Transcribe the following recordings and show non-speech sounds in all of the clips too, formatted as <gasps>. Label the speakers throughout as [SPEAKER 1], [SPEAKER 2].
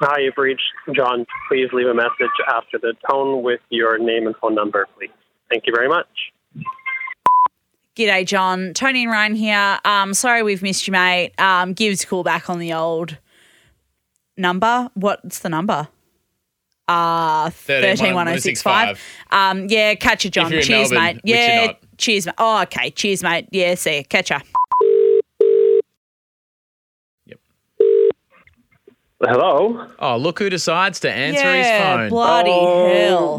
[SPEAKER 1] Hi, you've reached John. Please leave a message after the tone with your name and phone number, please. Thank you very much.
[SPEAKER 2] G'day, John. Tony and Ryan here. Um, sorry we've missed you, mate. Um, Gibbs call back on the old number. What's the number? Uh,
[SPEAKER 3] 13
[SPEAKER 2] 131065. Um, yeah, catch you, John.
[SPEAKER 3] you're in
[SPEAKER 2] cheers,
[SPEAKER 3] Melbourne,
[SPEAKER 2] mate.
[SPEAKER 3] which you're
[SPEAKER 2] Yeah,
[SPEAKER 3] not.
[SPEAKER 2] cheers, mate. Oh, okay. Cheers, mate. Yeah, see ya. Catch ya.
[SPEAKER 1] Hello.
[SPEAKER 3] Oh, look who decides to answer
[SPEAKER 2] yeah,
[SPEAKER 3] his phone.
[SPEAKER 2] bloody
[SPEAKER 1] oh
[SPEAKER 2] hell.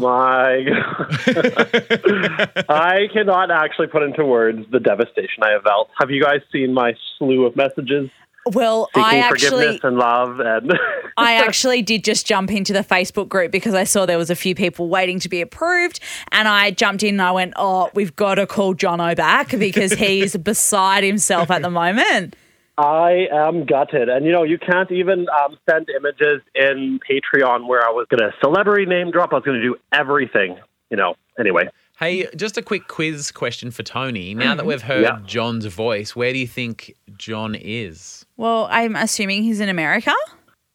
[SPEAKER 1] <laughs> my god! I cannot actually put into words the devastation I have felt. Have you guys seen my slew of messages
[SPEAKER 2] Well, I
[SPEAKER 1] seeking
[SPEAKER 2] actually,
[SPEAKER 1] forgiveness and love? And <laughs>
[SPEAKER 2] I actually did just jump into the Facebook group because I saw there was a few people waiting to be approved, and I jumped in and I went, "Oh, we've got to call Jono back because he's beside himself at the moment."
[SPEAKER 1] I am gutted. And you know, you can't even um, send images in Patreon where I was going to celebrity name drop. I was going to do everything. You know. Anyway,
[SPEAKER 3] hey, just a quick quiz question for Tony. Now
[SPEAKER 2] Mm-hmm.
[SPEAKER 3] that we've heard
[SPEAKER 1] Yeah.
[SPEAKER 3] John's voice, where do you think John is?
[SPEAKER 2] Well, I'm assuming he's in America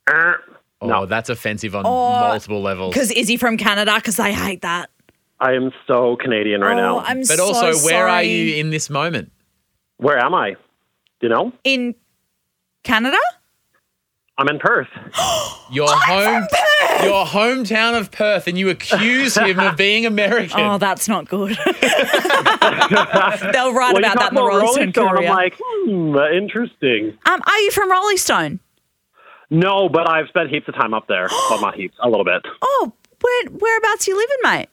[SPEAKER 1] Er,
[SPEAKER 3] Oh,
[SPEAKER 1] No.
[SPEAKER 3] that's offensive on
[SPEAKER 2] Oh,
[SPEAKER 3] multiple levels.
[SPEAKER 2] because is he from Canada? Because I hate that.
[SPEAKER 1] I am so Canadian right now.
[SPEAKER 2] oh, I'm
[SPEAKER 3] But
[SPEAKER 2] so
[SPEAKER 3] also, where are
[SPEAKER 2] sorry.
[SPEAKER 3] you in this moment?
[SPEAKER 1] Where am I? You know,
[SPEAKER 2] in Canada?
[SPEAKER 1] I'm in Perth.
[SPEAKER 3] Your home, your hometown of Perth, and you accuse him of being American.
[SPEAKER 2] Oh, that's not good. <laughs> They'll write
[SPEAKER 1] Well, you
[SPEAKER 2] about that
[SPEAKER 1] talk
[SPEAKER 2] in the
[SPEAKER 1] about
[SPEAKER 2] Rolling Stone
[SPEAKER 1] I'm
[SPEAKER 2] Courier.
[SPEAKER 1] like, hmm, interesting.
[SPEAKER 2] um, are you from Rolling Stone?
[SPEAKER 1] No, but I've spent heaps of time up
[SPEAKER 2] <gasps>
[SPEAKER 1] there. well, not heaps, a little bit.
[SPEAKER 2] Oh, where, whereabouts you living, mate?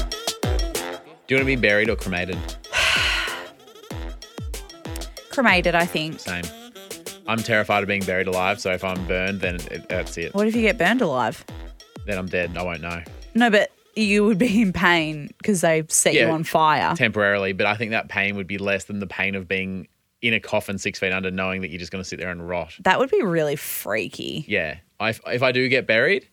[SPEAKER 3] Do you want to be buried or cremated?
[SPEAKER 2] Cremated, I think.
[SPEAKER 3] Same. I'm terrified of being buried alive, so if I'm burned, then it, that's it.
[SPEAKER 2] What if you get burned alive?
[SPEAKER 3] Then I'm dead and I won't know
[SPEAKER 2] No, but you would be in pain because they set you
[SPEAKER 3] Yeah.
[SPEAKER 2] on fire.
[SPEAKER 3] temporarily. But I think that pain would be less than the pain of being in a coffin six feet under, knowing that you're just going to sit there and rot.
[SPEAKER 2] That would be really freaky.
[SPEAKER 3] Yeah. I, if I do get buried,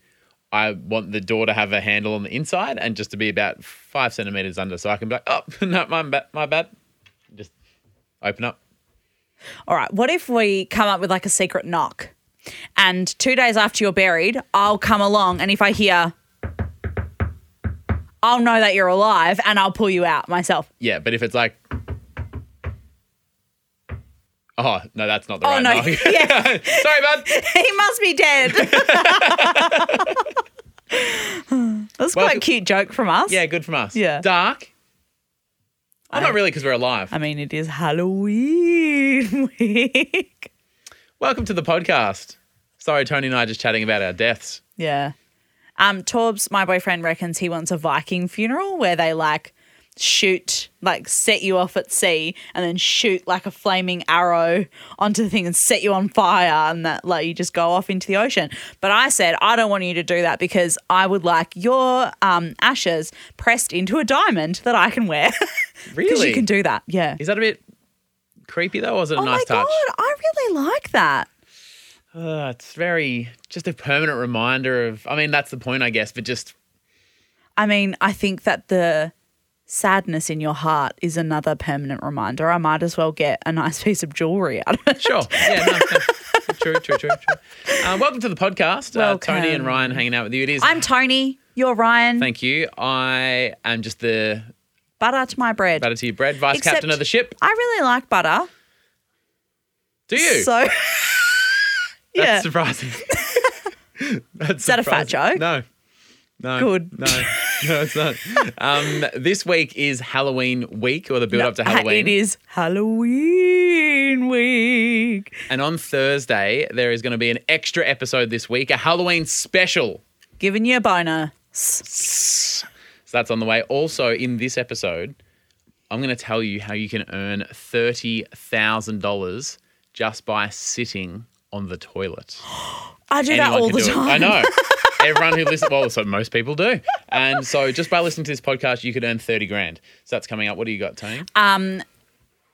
[SPEAKER 3] I want the door to have a handle on the inside and just to be about five centimeters under, so I can be like, oh, <laughs> no, my bad, my bad. Just open up.
[SPEAKER 2] All right, what if we come up with like a secret knock? And two days after you're buried, I'll come along, and if I hear, I'll know that you're alive and I'll pull you out myself.
[SPEAKER 3] Yeah, but if it's like Oh no, that's not the
[SPEAKER 2] Oh,
[SPEAKER 3] right
[SPEAKER 2] no.
[SPEAKER 3] mug.
[SPEAKER 2] <laughs> Yeah.
[SPEAKER 3] <laughs> Sorry, bud.
[SPEAKER 2] he must be
[SPEAKER 3] <laughs>
[SPEAKER 2] dead. <laughs> That's quite
[SPEAKER 3] Welcome-
[SPEAKER 2] a cute joke from us.
[SPEAKER 3] Yeah, good from us.
[SPEAKER 2] Yeah.
[SPEAKER 3] Dark. Well, not really because we're alive.
[SPEAKER 2] I mean, it is Halloween <laughs> week.
[SPEAKER 3] Welcome to the podcast. Sorry, Tony and I are just chatting about our deaths.
[SPEAKER 2] yeah. Um, Torbs, my boyfriend, reckons he wants a Viking funeral where they like shoot, like set you off at sea and then shoot like a flaming arrow onto the thing and set you on fire and that like you just go off into the ocean. But I said, I don't want you to do that because I would like your um, ashes pressed into a diamond that I can wear. <laughs> Because
[SPEAKER 3] Really?
[SPEAKER 2] you can do that. Yeah.
[SPEAKER 3] Is that a bit creepy though? Or was it a
[SPEAKER 2] oh
[SPEAKER 3] nice
[SPEAKER 2] my
[SPEAKER 3] touch?
[SPEAKER 2] God. I really like that.
[SPEAKER 3] Uh, it's very just a permanent reminder of. I mean, that's the point, I guess. But just
[SPEAKER 2] I mean, I think that the sadness in your heart is another permanent reminder. I might as well get a nice <laughs> piece of jewelry out of it.
[SPEAKER 3] sure. <laughs> Yeah. No, no. true. True. True. True. Uh, welcome to the podcast. Uh, Tony
[SPEAKER 2] Welcome.
[SPEAKER 3] and Ryan hanging out with you. It is-
[SPEAKER 2] I'm Tony. You're Ryan.
[SPEAKER 3] Thank you. I am just the
[SPEAKER 2] butter to my bread.
[SPEAKER 3] butter to your bread, vice
[SPEAKER 2] Except
[SPEAKER 3] captain of the ship.
[SPEAKER 2] I really like butter.
[SPEAKER 3] Do you?
[SPEAKER 2] So, <laughs>
[SPEAKER 3] That's
[SPEAKER 2] yeah. <laughs>
[SPEAKER 3] surprising. That's
[SPEAKER 2] that a fat
[SPEAKER 3] surprising.
[SPEAKER 2] joke?
[SPEAKER 3] No. No.
[SPEAKER 2] Good.
[SPEAKER 3] No. No, it's not. Um, this week is Halloween week or the build up to
[SPEAKER 2] It
[SPEAKER 3] Halloween.
[SPEAKER 2] is Halloween week.
[SPEAKER 3] And on Thursday, there is going to be an extra episode this week, a Halloween special.
[SPEAKER 2] Giving you a boner.
[SPEAKER 3] So that's on the way. Also, in this episode, I'm going to tell you how you can earn $30,000 just by sitting on the toilet.
[SPEAKER 2] I <gasps> do that
[SPEAKER 3] Anyone
[SPEAKER 2] all
[SPEAKER 3] can
[SPEAKER 2] the
[SPEAKER 3] do it.
[SPEAKER 2] time. <laughs>
[SPEAKER 3] I know. Everyone who listens, well, so most people do. And so just by listening to this podcast, you could earn 30 grand. So that's coming up. What do you got, Tony?
[SPEAKER 2] Uh,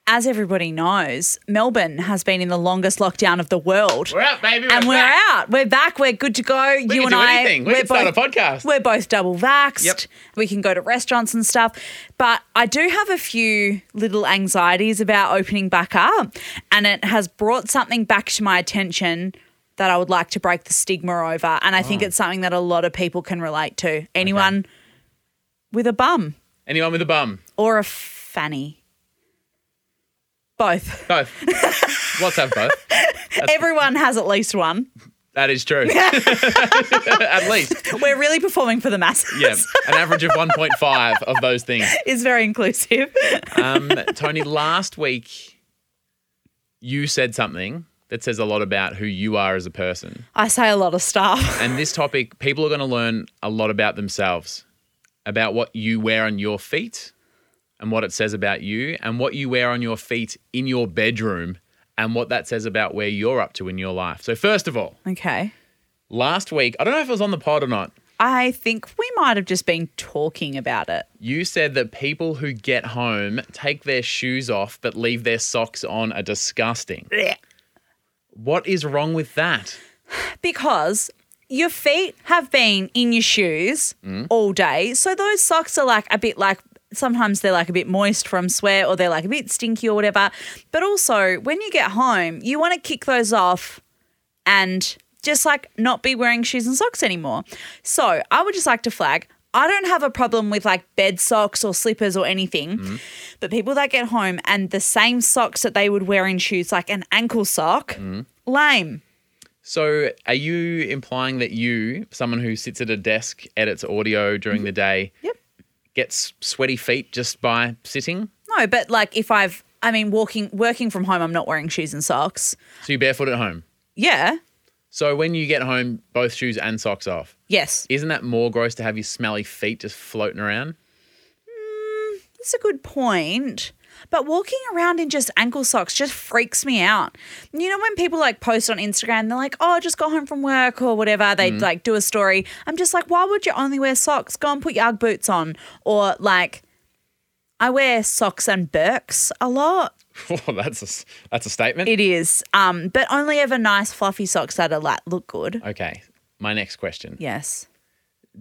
[SPEAKER 2] As everybody knows, Melbourne has been in the longest lockdown of the world.
[SPEAKER 3] we're out, baby.
[SPEAKER 2] and we're
[SPEAKER 3] back.
[SPEAKER 2] out. We're back. We're good to go. you
[SPEAKER 3] can
[SPEAKER 2] and
[SPEAKER 3] do
[SPEAKER 2] I.
[SPEAKER 3] anything. We
[SPEAKER 2] we're
[SPEAKER 3] can start a
[SPEAKER 2] both-
[SPEAKER 3] podcast.
[SPEAKER 2] We're both double vaxxed.
[SPEAKER 3] Yep.
[SPEAKER 2] We can go to restaurants and stuff. But I do have a few little anxieties about opening back up. And it has brought something back to my attention that I would like to break the stigma over. And I
[SPEAKER 3] Oh.
[SPEAKER 2] think it's something that a lot of people can relate to. Anyone with a bum
[SPEAKER 3] Anyone with a bum?
[SPEAKER 2] or a fanny. Both.
[SPEAKER 3] Both.
[SPEAKER 2] <laughs>
[SPEAKER 3] What's up, both?
[SPEAKER 2] Everyone has at least
[SPEAKER 3] <laughs>
[SPEAKER 2] one.
[SPEAKER 3] That
[SPEAKER 2] <laughs>
[SPEAKER 3] is true. <laughs> At least.
[SPEAKER 2] We're really performing for the masses.
[SPEAKER 3] Yeah. An average of 1.5 of those things.
[SPEAKER 2] is very inclusive.
[SPEAKER 3] Um, Tony, last week you said something that says a lot about who you are as a person.
[SPEAKER 2] I say a lot of stuff.
[SPEAKER 3] And this topic, people are going to learn a lot about themselves, about what you wear on your feet and what it says about you, and what you wear on your feet in your bedroom and what that says about where you're up to in your life. So, first of all,
[SPEAKER 2] <laughs> Okay.
[SPEAKER 3] last week, I don't know if it was on the pod or not,
[SPEAKER 2] I think we might have just been talking about it.
[SPEAKER 3] you said that people who get home take their shoes off but leave their socks on are disgusting. What is wrong with that?
[SPEAKER 2] Because your feet have been in your shoes all day. So those socks are like a bit like sometimes they're like a bit moist from sweat or they're like a bit stinky or whatever. But also, when you get home, you want to kick those off and just like not be wearing shoes and socks anymore. So I would just like to flag I don't have a problem with like bed socks or slippers or anything, but people that get home and the same socks that they would wear in shoes, like an ankle sock, lame.
[SPEAKER 3] So, are you implying that you, someone who sits at a desk, edits audio during the day,
[SPEAKER 2] Yep.
[SPEAKER 3] gets sweaty feet just by sitting?
[SPEAKER 2] No, but like if I've, I mean, walking, working from home, I'm not wearing shoes and socks.
[SPEAKER 3] So, you're barefoot at home.
[SPEAKER 2] Yeah.
[SPEAKER 3] So, when you get home, both shoes and socks off.
[SPEAKER 2] Yes.
[SPEAKER 3] Isn't that more gross to have your smelly feet just floating around? <laughs>
[SPEAKER 2] That's a good point. But walking around in just ankle socks just freaks me out. You know, when people like post on Instagram, they're like, oh, I just got home from work or whatever. They like do a story. I'm just like, why would you only wear socks? Go and put your Ugg boots on. Or like, I wear socks and Birks a lot.
[SPEAKER 3] Well, that's a, s- that's a statement.
[SPEAKER 2] It is. Um, but only ever nice fluffy socks that are like look good.
[SPEAKER 3] okay. My next question.
[SPEAKER 2] Yes.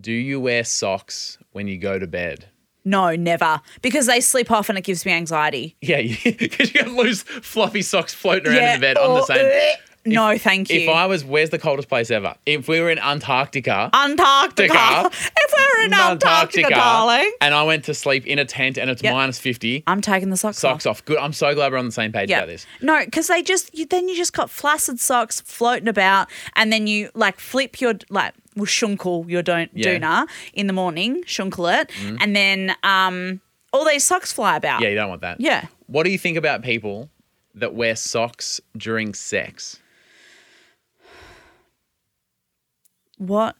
[SPEAKER 3] Do you wear socks when you go to bed?
[SPEAKER 2] No, never. Because they slip off and it gives me anxiety.
[SPEAKER 3] <laughs> Yeah, because you got loose fluffy socks floating around
[SPEAKER 2] Yeah,
[SPEAKER 3] in the bed on the
[SPEAKER 2] or-
[SPEAKER 3] same.
[SPEAKER 2] no, thank you.
[SPEAKER 3] If I was, where's the coldest place ever? If we were in Antarctica,
[SPEAKER 2] Antarctica.
[SPEAKER 3] Antarctica.
[SPEAKER 2] <laughs> if we were in Antarctica, darling.
[SPEAKER 3] and I went to sleep in a tent and it's minus 50,
[SPEAKER 2] I'm taking the socks,
[SPEAKER 3] socks off. Good. I'm so glad we're on the same page
[SPEAKER 2] Yeah.
[SPEAKER 3] about this.
[SPEAKER 2] No, because they just you, then you just got flaccid socks floating about, and then you like flip your like well shunkle your don't
[SPEAKER 3] Yeah. Mm.
[SPEAKER 2] doona in the morning, shunkle it, and then um all these socks fly about.
[SPEAKER 3] Yeah, you don't want that.
[SPEAKER 2] Yeah.
[SPEAKER 3] What do you think about people that wear socks during sex?
[SPEAKER 2] What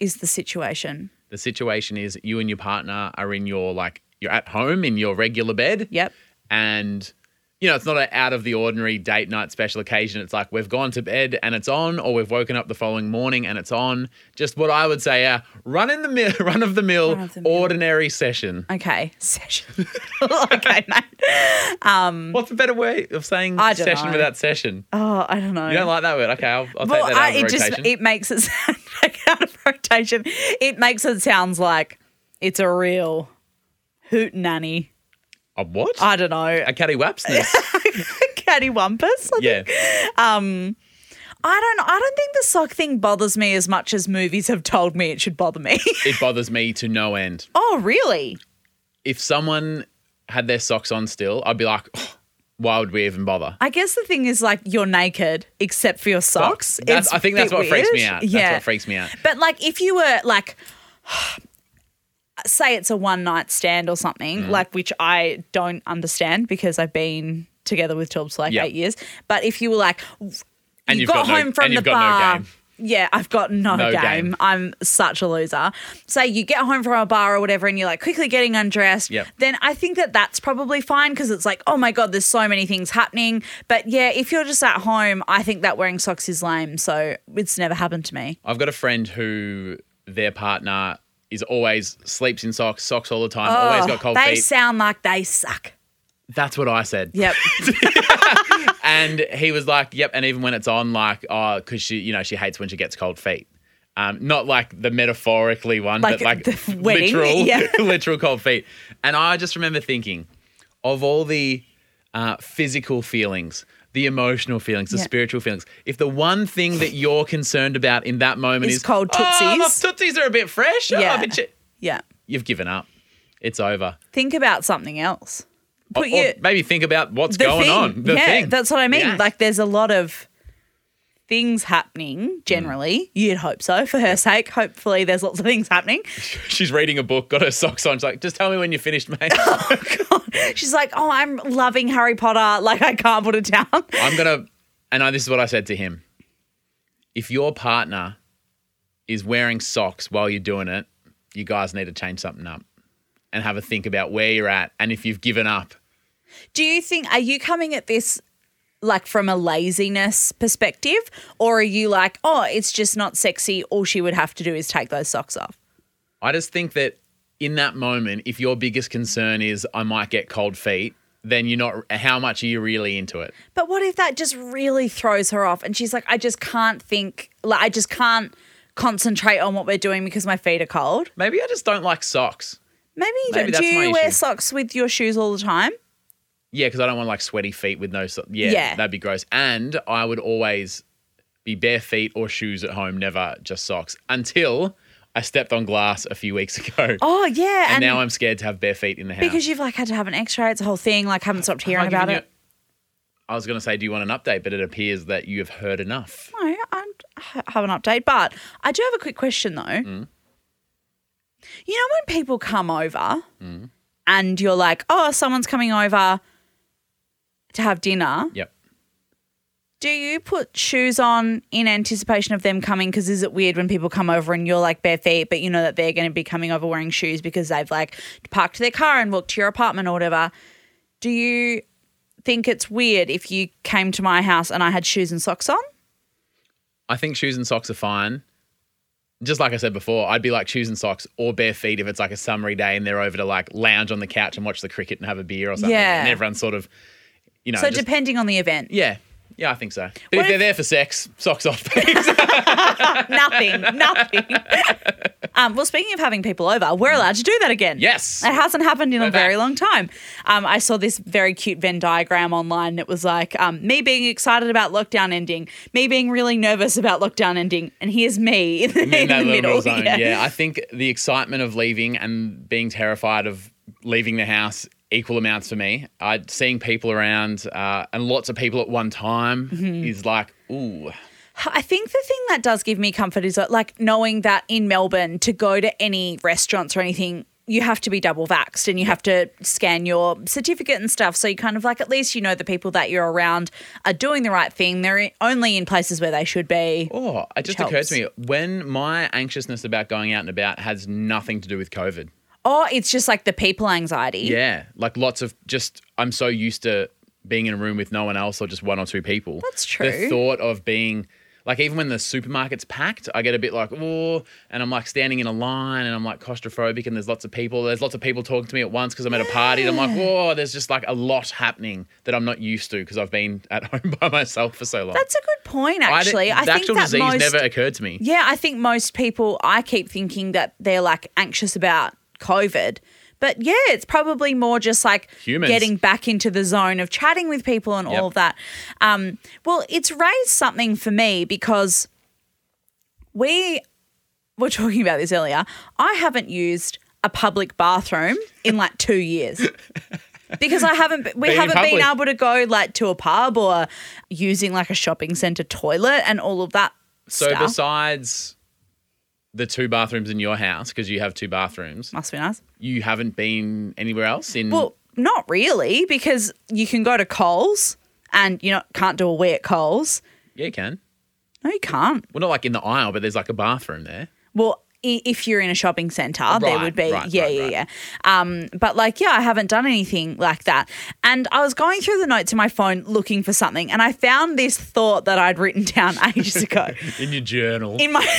[SPEAKER 2] is the situation?
[SPEAKER 3] The situation is you and your partner are in your, like, you're at home in your regular bed.
[SPEAKER 2] Yep.
[SPEAKER 3] and you know it's not an out of the ordinary date night special occasion it's like we've gone to bed and it's on or we've woken up the following morning and it's on just what i would say uh, run in the mill <laughs> run of the mill
[SPEAKER 2] of the mill.
[SPEAKER 3] ordinary session
[SPEAKER 2] Okay, <laughs> session.
[SPEAKER 3] <laughs>
[SPEAKER 2] okay, mate.
[SPEAKER 3] what's a better way of saying
[SPEAKER 2] I don't
[SPEAKER 3] session
[SPEAKER 2] know.
[SPEAKER 3] without session
[SPEAKER 2] Oh, I don't know.
[SPEAKER 3] you don't like that word okay i'll, I'll
[SPEAKER 2] well,
[SPEAKER 3] take that out
[SPEAKER 2] I,
[SPEAKER 3] of
[SPEAKER 2] it
[SPEAKER 3] rotation
[SPEAKER 2] just it makes it <laughs> sound like out of rotation. It makes it sounds like it's a real hoot nanny.
[SPEAKER 3] a what
[SPEAKER 2] I don't know. <laughs>
[SPEAKER 3] a catty wapsness
[SPEAKER 2] Caddy Wampus. I
[SPEAKER 3] yeah
[SPEAKER 2] I don't. I don't think the sock thing bothers me as much as movies have told me it should bother me. <laughs>
[SPEAKER 3] it bothers me to no end
[SPEAKER 2] oh, really?
[SPEAKER 3] if someone had their socks on still i'd be like "Oh, why would we even bother
[SPEAKER 2] I guess the thing is like you're naked except for your socks.
[SPEAKER 3] That's-
[SPEAKER 2] It's
[SPEAKER 3] I think
[SPEAKER 2] a bit
[SPEAKER 3] that's what freaks me
[SPEAKER 2] weird.
[SPEAKER 3] out.
[SPEAKER 2] Yeah.
[SPEAKER 3] That's what freaks me out.
[SPEAKER 2] But like, if you were like, say it's a one night stand or something,
[SPEAKER 3] Mm.
[SPEAKER 2] like which I don't understand because I've been together with Tubbs for like
[SPEAKER 3] Yeah.
[SPEAKER 2] eight years. But if you were like,
[SPEAKER 3] And
[SPEAKER 2] you
[SPEAKER 3] you've
[SPEAKER 2] got,
[SPEAKER 3] got no-
[SPEAKER 2] home from
[SPEAKER 3] and
[SPEAKER 2] the
[SPEAKER 3] you've got no
[SPEAKER 2] bar.
[SPEAKER 3] game.
[SPEAKER 2] Yeah, I've got no,
[SPEAKER 3] No
[SPEAKER 2] game.
[SPEAKER 3] game.
[SPEAKER 2] I'm such a loser. So you get home from a bar or whatever, and you're like quickly getting undressed.
[SPEAKER 3] Yep.
[SPEAKER 2] Then I think that that's probably fine because it's like, oh my god, there's so many things happening. But yeah, if you're just at home, I think that wearing socks is lame. So it's never happened to me.
[SPEAKER 3] I've got a friend who their partner is always sleeps in socks, socks all the time, always got cold
[SPEAKER 2] Oh, they
[SPEAKER 3] feet.
[SPEAKER 2] sound like they suck.
[SPEAKER 3] That's what I said.
[SPEAKER 2] Yep. <laughs>
[SPEAKER 3] And he was like, "Yep." And even when it's on, like, oh, because she, you know, she hates when she gets cold feet. Um, not like the metaphorically one,
[SPEAKER 2] Like
[SPEAKER 3] but like
[SPEAKER 2] the
[SPEAKER 3] <laughs>
[SPEAKER 2] wedding, <laughs>
[SPEAKER 3] literal,
[SPEAKER 2] yeah.
[SPEAKER 3] literal cold feet. And I just remember thinking, of all the uh, physical feelings, the emotional feelings, the
[SPEAKER 2] Yeah.
[SPEAKER 3] spiritual feelings, if the one thing that you're concerned about in that moment
[SPEAKER 2] Is
[SPEAKER 3] is,
[SPEAKER 2] cold
[SPEAKER 3] "Oh, my
[SPEAKER 2] tootsies."
[SPEAKER 3] tootsies are a bit fresh. Yeah.
[SPEAKER 2] Yeah.
[SPEAKER 3] a bit chi-"
[SPEAKER 2] yeah.
[SPEAKER 3] you've given up. It's over.
[SPEAKER 2] Think about something else.
[SPEAKER 3] Or-
[SPEAKER 2] Put
[SPEAKER 3] or
[SPEAKER 2] your
[SPEAKER 3] maybe think about what's
[SPEAKER 2] the
[SPEAKER 3] Oh, going
[SPEAKER 2] thing.
[SPEAKER 3] on. The
[SPEAKER 2] yeah,
[SPEAKER 3] thing.
[SPEAKER 2] that's what I mean.
[SPEAKER 3] Yeah.
[SPEAKER 2] Like there's a lot of things happening generally.
[SPEAKER 3] Mm.
[SPEAKER 2] You'd hope so for her sake. Hopefully there's lots of things happening.
[SPEAKER 3] she's reading a book, got her socks on. She's like, just tell me when you're finished, mate.
[SPEAKER 2] She's like, "Oh, I'm loving Harry Potter. <laughs> Like I can't put it down." <laughs>
[SPEAKER 3] I'm gonna. And I, this is what I said to him. If your partner is wearing socks while you're doing it, you guys need to change something up and have a think about where you're at and if you've given up.
[SPEAKER 2] Do you think are you coming at this like from a laziness perspective or are you like, "Oh, it's just not sexy. All she would have to do is take those socks off."
[SPEAKER 3] I just think that in that moment, if your biggest concern is I might get cold feet, then you're not. How much are you really into it?
[SPEAKER 2] But what if that just really throws her off and she's like, I just can't think, like, I just can't concentrate on what we're doing because my feet are cold?
[SPEAKER 3] Maybe I just don't like socks.
[SPEAKER 2] Maybe you
[SPEAKER 3] Maybe
[SPEAKER 2] don't. Do
[SPEAKER 3] that's my
[SPEAKER 2] you wear
[SPEAKER 3] issue.
[SPEAKER 2] socks with your shoes all the time?
[SPEAKER 3] Yeah, because I don't want like sweaty feet with no. So- yeah,
[SPEAKER 2] Yeah.
[SPEAKER 3] that'd be gross. And I would always be bare feet or shoes at home, never just socks. Until I stepped on glass a few weeks <laughs> ago,
[SPEAKER 2] Oh, yeah.
[SPEAKER 3] and, now I'm scared to have bare feet in the house.
[SPEAKER 2] because you've like had to have an x ray, it's a whole thing, like, haven't stopped
[SPEAKER 3] Am I
[SPEAKER 2] hearing
[SPEAKER 3] giving
[SPEAKER 2] about
[SPEAKER 3] you-
[SPEAKER 2] it.
[SPEAKER 3] I was going to say, do you want an update? But it appears that you have heard enough.
[SPEAKER 2] No, I don't have an update, but I do have a quick question though. You know when people come over and you're like, "Oh, someone's coming over to have dinner."
[SPEAKER 3] Yep.
[SPEAKER 2] Do you put shoes on in anticipation of them coming? Because is it weird when people come over and you're like bare feet, but you know that they're going to be coming over wearing shoes because they've like parked their car and walked to your apartment or whatever? Do you think it's weird if you came to my house and I had shoes and socks on?
[SPEAKER 3] I think shoes and socks are fine. Just like I said before, I'd be like shoes and socks or bare feet if it's like a summery day and they're over to like lounge on the couch and watch the cricket and have a beer or something.
[SPEAKER 2] Yeah.
[SPEAKER 3] And everyone's sort of, you know,
[SPEAKER 2] so
[SPEAKER 3] just-
[SPEAKER 2] depending on the event,
[SPEAKER 3] Yeah. Yeah, I think so. But
[SPEAKER 2] What
[SPEAKER 3] if they're <laughs>
[SPEAKER 2] if- <laughs>
[SPEAKER 3] there for sex, socks off.
[SPEAKER 2] nothing, nothing. Um, well, speaking of having people over, we're allowed to do that again.
[SPEAKER 3] Mm. Yes.
[SPEAKER 2] It hasn't happened in a
[SPEAKER 3] We're
[SPEAKER 2] very
[SPEAKER 3] back.
[SPEAKER 2] long time. Um, I saw this very cute Venn diagram online. and It was like um, me being excited about lockdown ending, me being really nervous about lockdown ending, and here's me <laughs> in the, in
[SPEAKER 3] in that
[SPEAKER 2] the
[SPEAKER 3] little
[SPEAKER 2] middle.
[SPEAKER 3] zone. Yeah. I think the excitement of leaving and being terrified of leaving the house equal amounts for me. I seeing people around uh, and lots of people at one time
[SPEAKER 2] Mm-hmm.
[SPEAKER 3] is like, ooh,
[SPEAKER 2] I think the thing that does give me comfort is that, like knowing that in Melbourne to go to any restaurants or anything, you have to be double vaxxed and you have to scan your certificate and stuff. So you kind of like at least you know the people that you're around are doing the right thing. They're in- only in places where they should be.
[SPEAKER 3] oh. It just occurred to me when my anxiousness about going out and about has nothing to do with COVID.
[SPEAKER 2] Or it's just like the people anxiety.
[SPEAKER 3] Yeah, like lots of just. I'm so used to being in a room with no one else or just one or two people.
[SPEAKER 2] That's
[SPEAKER 3] The
[SPEAKER 2] true.
[SPEAKER 3] thought of being like even when the supermarket's packed, I get a bit like oh, and I'm like standing in a line and I'm like claustrophobic and there's lots of people. There's lots of people talking to me at once because I'm at a party and I'm like whoa, there's just like a lot happening that I'm not used to because I've been at <laughs> home by myself for so long.
[SPEAKER 2] That's a good point,
[SPEAKER 3] I didn't-
[SPEAKER 2] actually. I,
[SPEAKER 3] the
[SPEAKER 2] think
[SPEAKER 3] actual
[SPEAKER 2] that
[SPEAKER 3] disease
[SPEAKER 2] most,
[SPEAKER 3] never occurred to me.
[SPEAKER 2] Yeah, I think most people, I keep thinking that they're like anxious about COVID. But yeah, it's probably more just like
[SPEAKER 3] Humans.
[SPEAKER 2] getting back into the zone of chatting with people and
[SPEAKER 3] Yep.
[SPEAKER 2] all of that. Um, well, it's raised something for me because we were <laughs> talking about this earlier. I haven't used a public bathroom in like two
[SPEAKER 3] <laughs>
[SPEAKER 2] years. Because I haven't, we
[SPEAKER 3] Been in
[SPEAKER 2] haven't been
[SPEAKER 3] public.
[SPEAKER 2] able to go like to a pub or using like a shopping center toilet and all of that.
[SPEAKER 3] So
[SPEAKER 2] stuff.
[SPEAKER 3] besides the two bathrooms in your house because you have two bathrooms,
[SPEAKER 2] Must be nice.
[SPEAKER 3] you haven't been anywhere else in.
[SPEAKER 2] Well, not really, because you can go to Coles and you know can't do a wee at Coles.
[SPEAKER 3] yeah, you can.
[SPEAKER 2] No, you can't.
[SPEAKER 3] Well, not like in the aisle, but there's like a bathroom there.
[SPEAKER 2] Well, i- if you're in a shopping centre, there
[SPEAKER 3] Right,
[SPEAKER 2] would be
[SPEAKER 3] right,
[SPEAKER 2] yeah,
[SPEAKER 3] right,
[SPEAKER 2] yeah,
[SPEAKER 3] right.
[SPEAKER 2] yeah. Um, but like, yeah, I haven't done anything like that. And I was going through the notes in my phone looking for something, and I found this thought that I'd written down <laughs> ages ago.
[SPEAKER 3] In your journal.
[SPEAKER 2] in my <laughs>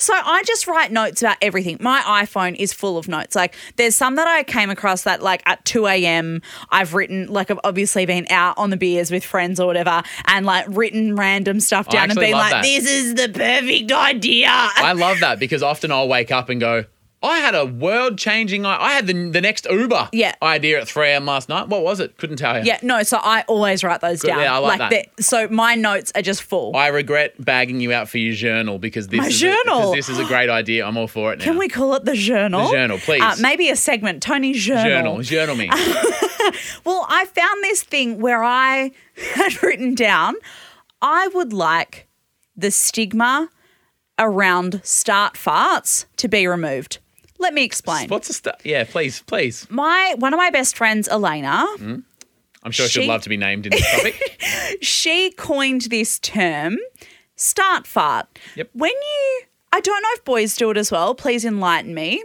[SPEAKER 2] so i just write notes about everything my iphone is full of notes like there's some that i came across that like at 2am i've written like i've obviously been out on the beers with friends or whatever and like written random stuff down and
[SPEAKER 3] actually
[SPEAKER 2] been
[SPEAKER 3] love
[SPEAKER 2] like
[SPEAKER 3] that.
[SPEAKER 2] this is the perfect idea <laughs>
[SPEAKER 3] I love that because often I'll wake up and go, I had a world changing. I-, I had the, the next Uber
[SPEAKER 2] Yeah.
[SPEAKER 3] idea at 3 a.m. last night. What was it? Couldn't tell you.
[SPEAKER 2] yeah no so i always write those
[SPEAKER 3] Good,
[SPEAKER 2] down
[SPEAKER 3] yeah, I like that.
[SPEAKER 2] the- so my notes are just full
[SPEAKER 3] I regret bagging you out for your journal because this,
[SPEAKER 2] My
[SPEAKER 3] is, A,
[SPEAKER 2] journal.
[SPEAKER 3] because this is a great idea. I'm all for it now.
[SPEAKER 2] can we call it the journal?
[SPEAKER 3] The journal, please.
[SPEAKER 2] Uh, maybe a segment, Tony's
[SPEAKER 3] journal?
[SPEAKER 2] <laughs>
[SPEAKER 3] Journal me.
[SPEAKER 2] Well, I found this thing where I <laughs> had written down I would like the stigma around start farts to be removed. Let me explain.
[SPEAKER 3] What's a st- Yeah, please, please.
[SPEAKER 2] My one of my best friends, Elena,
[SPEAKER 3] Mm. I'm sure she-
[SPEAKER 2] She-
[SPEAKER 3] would love to be named in this topic.
[SPEAKER 2] <laughs> she coined this term start fart.
[SPEAKER 3] Yep.
[SPEAKER 2] When you, I don't know if boys do it as well, please enlighten me.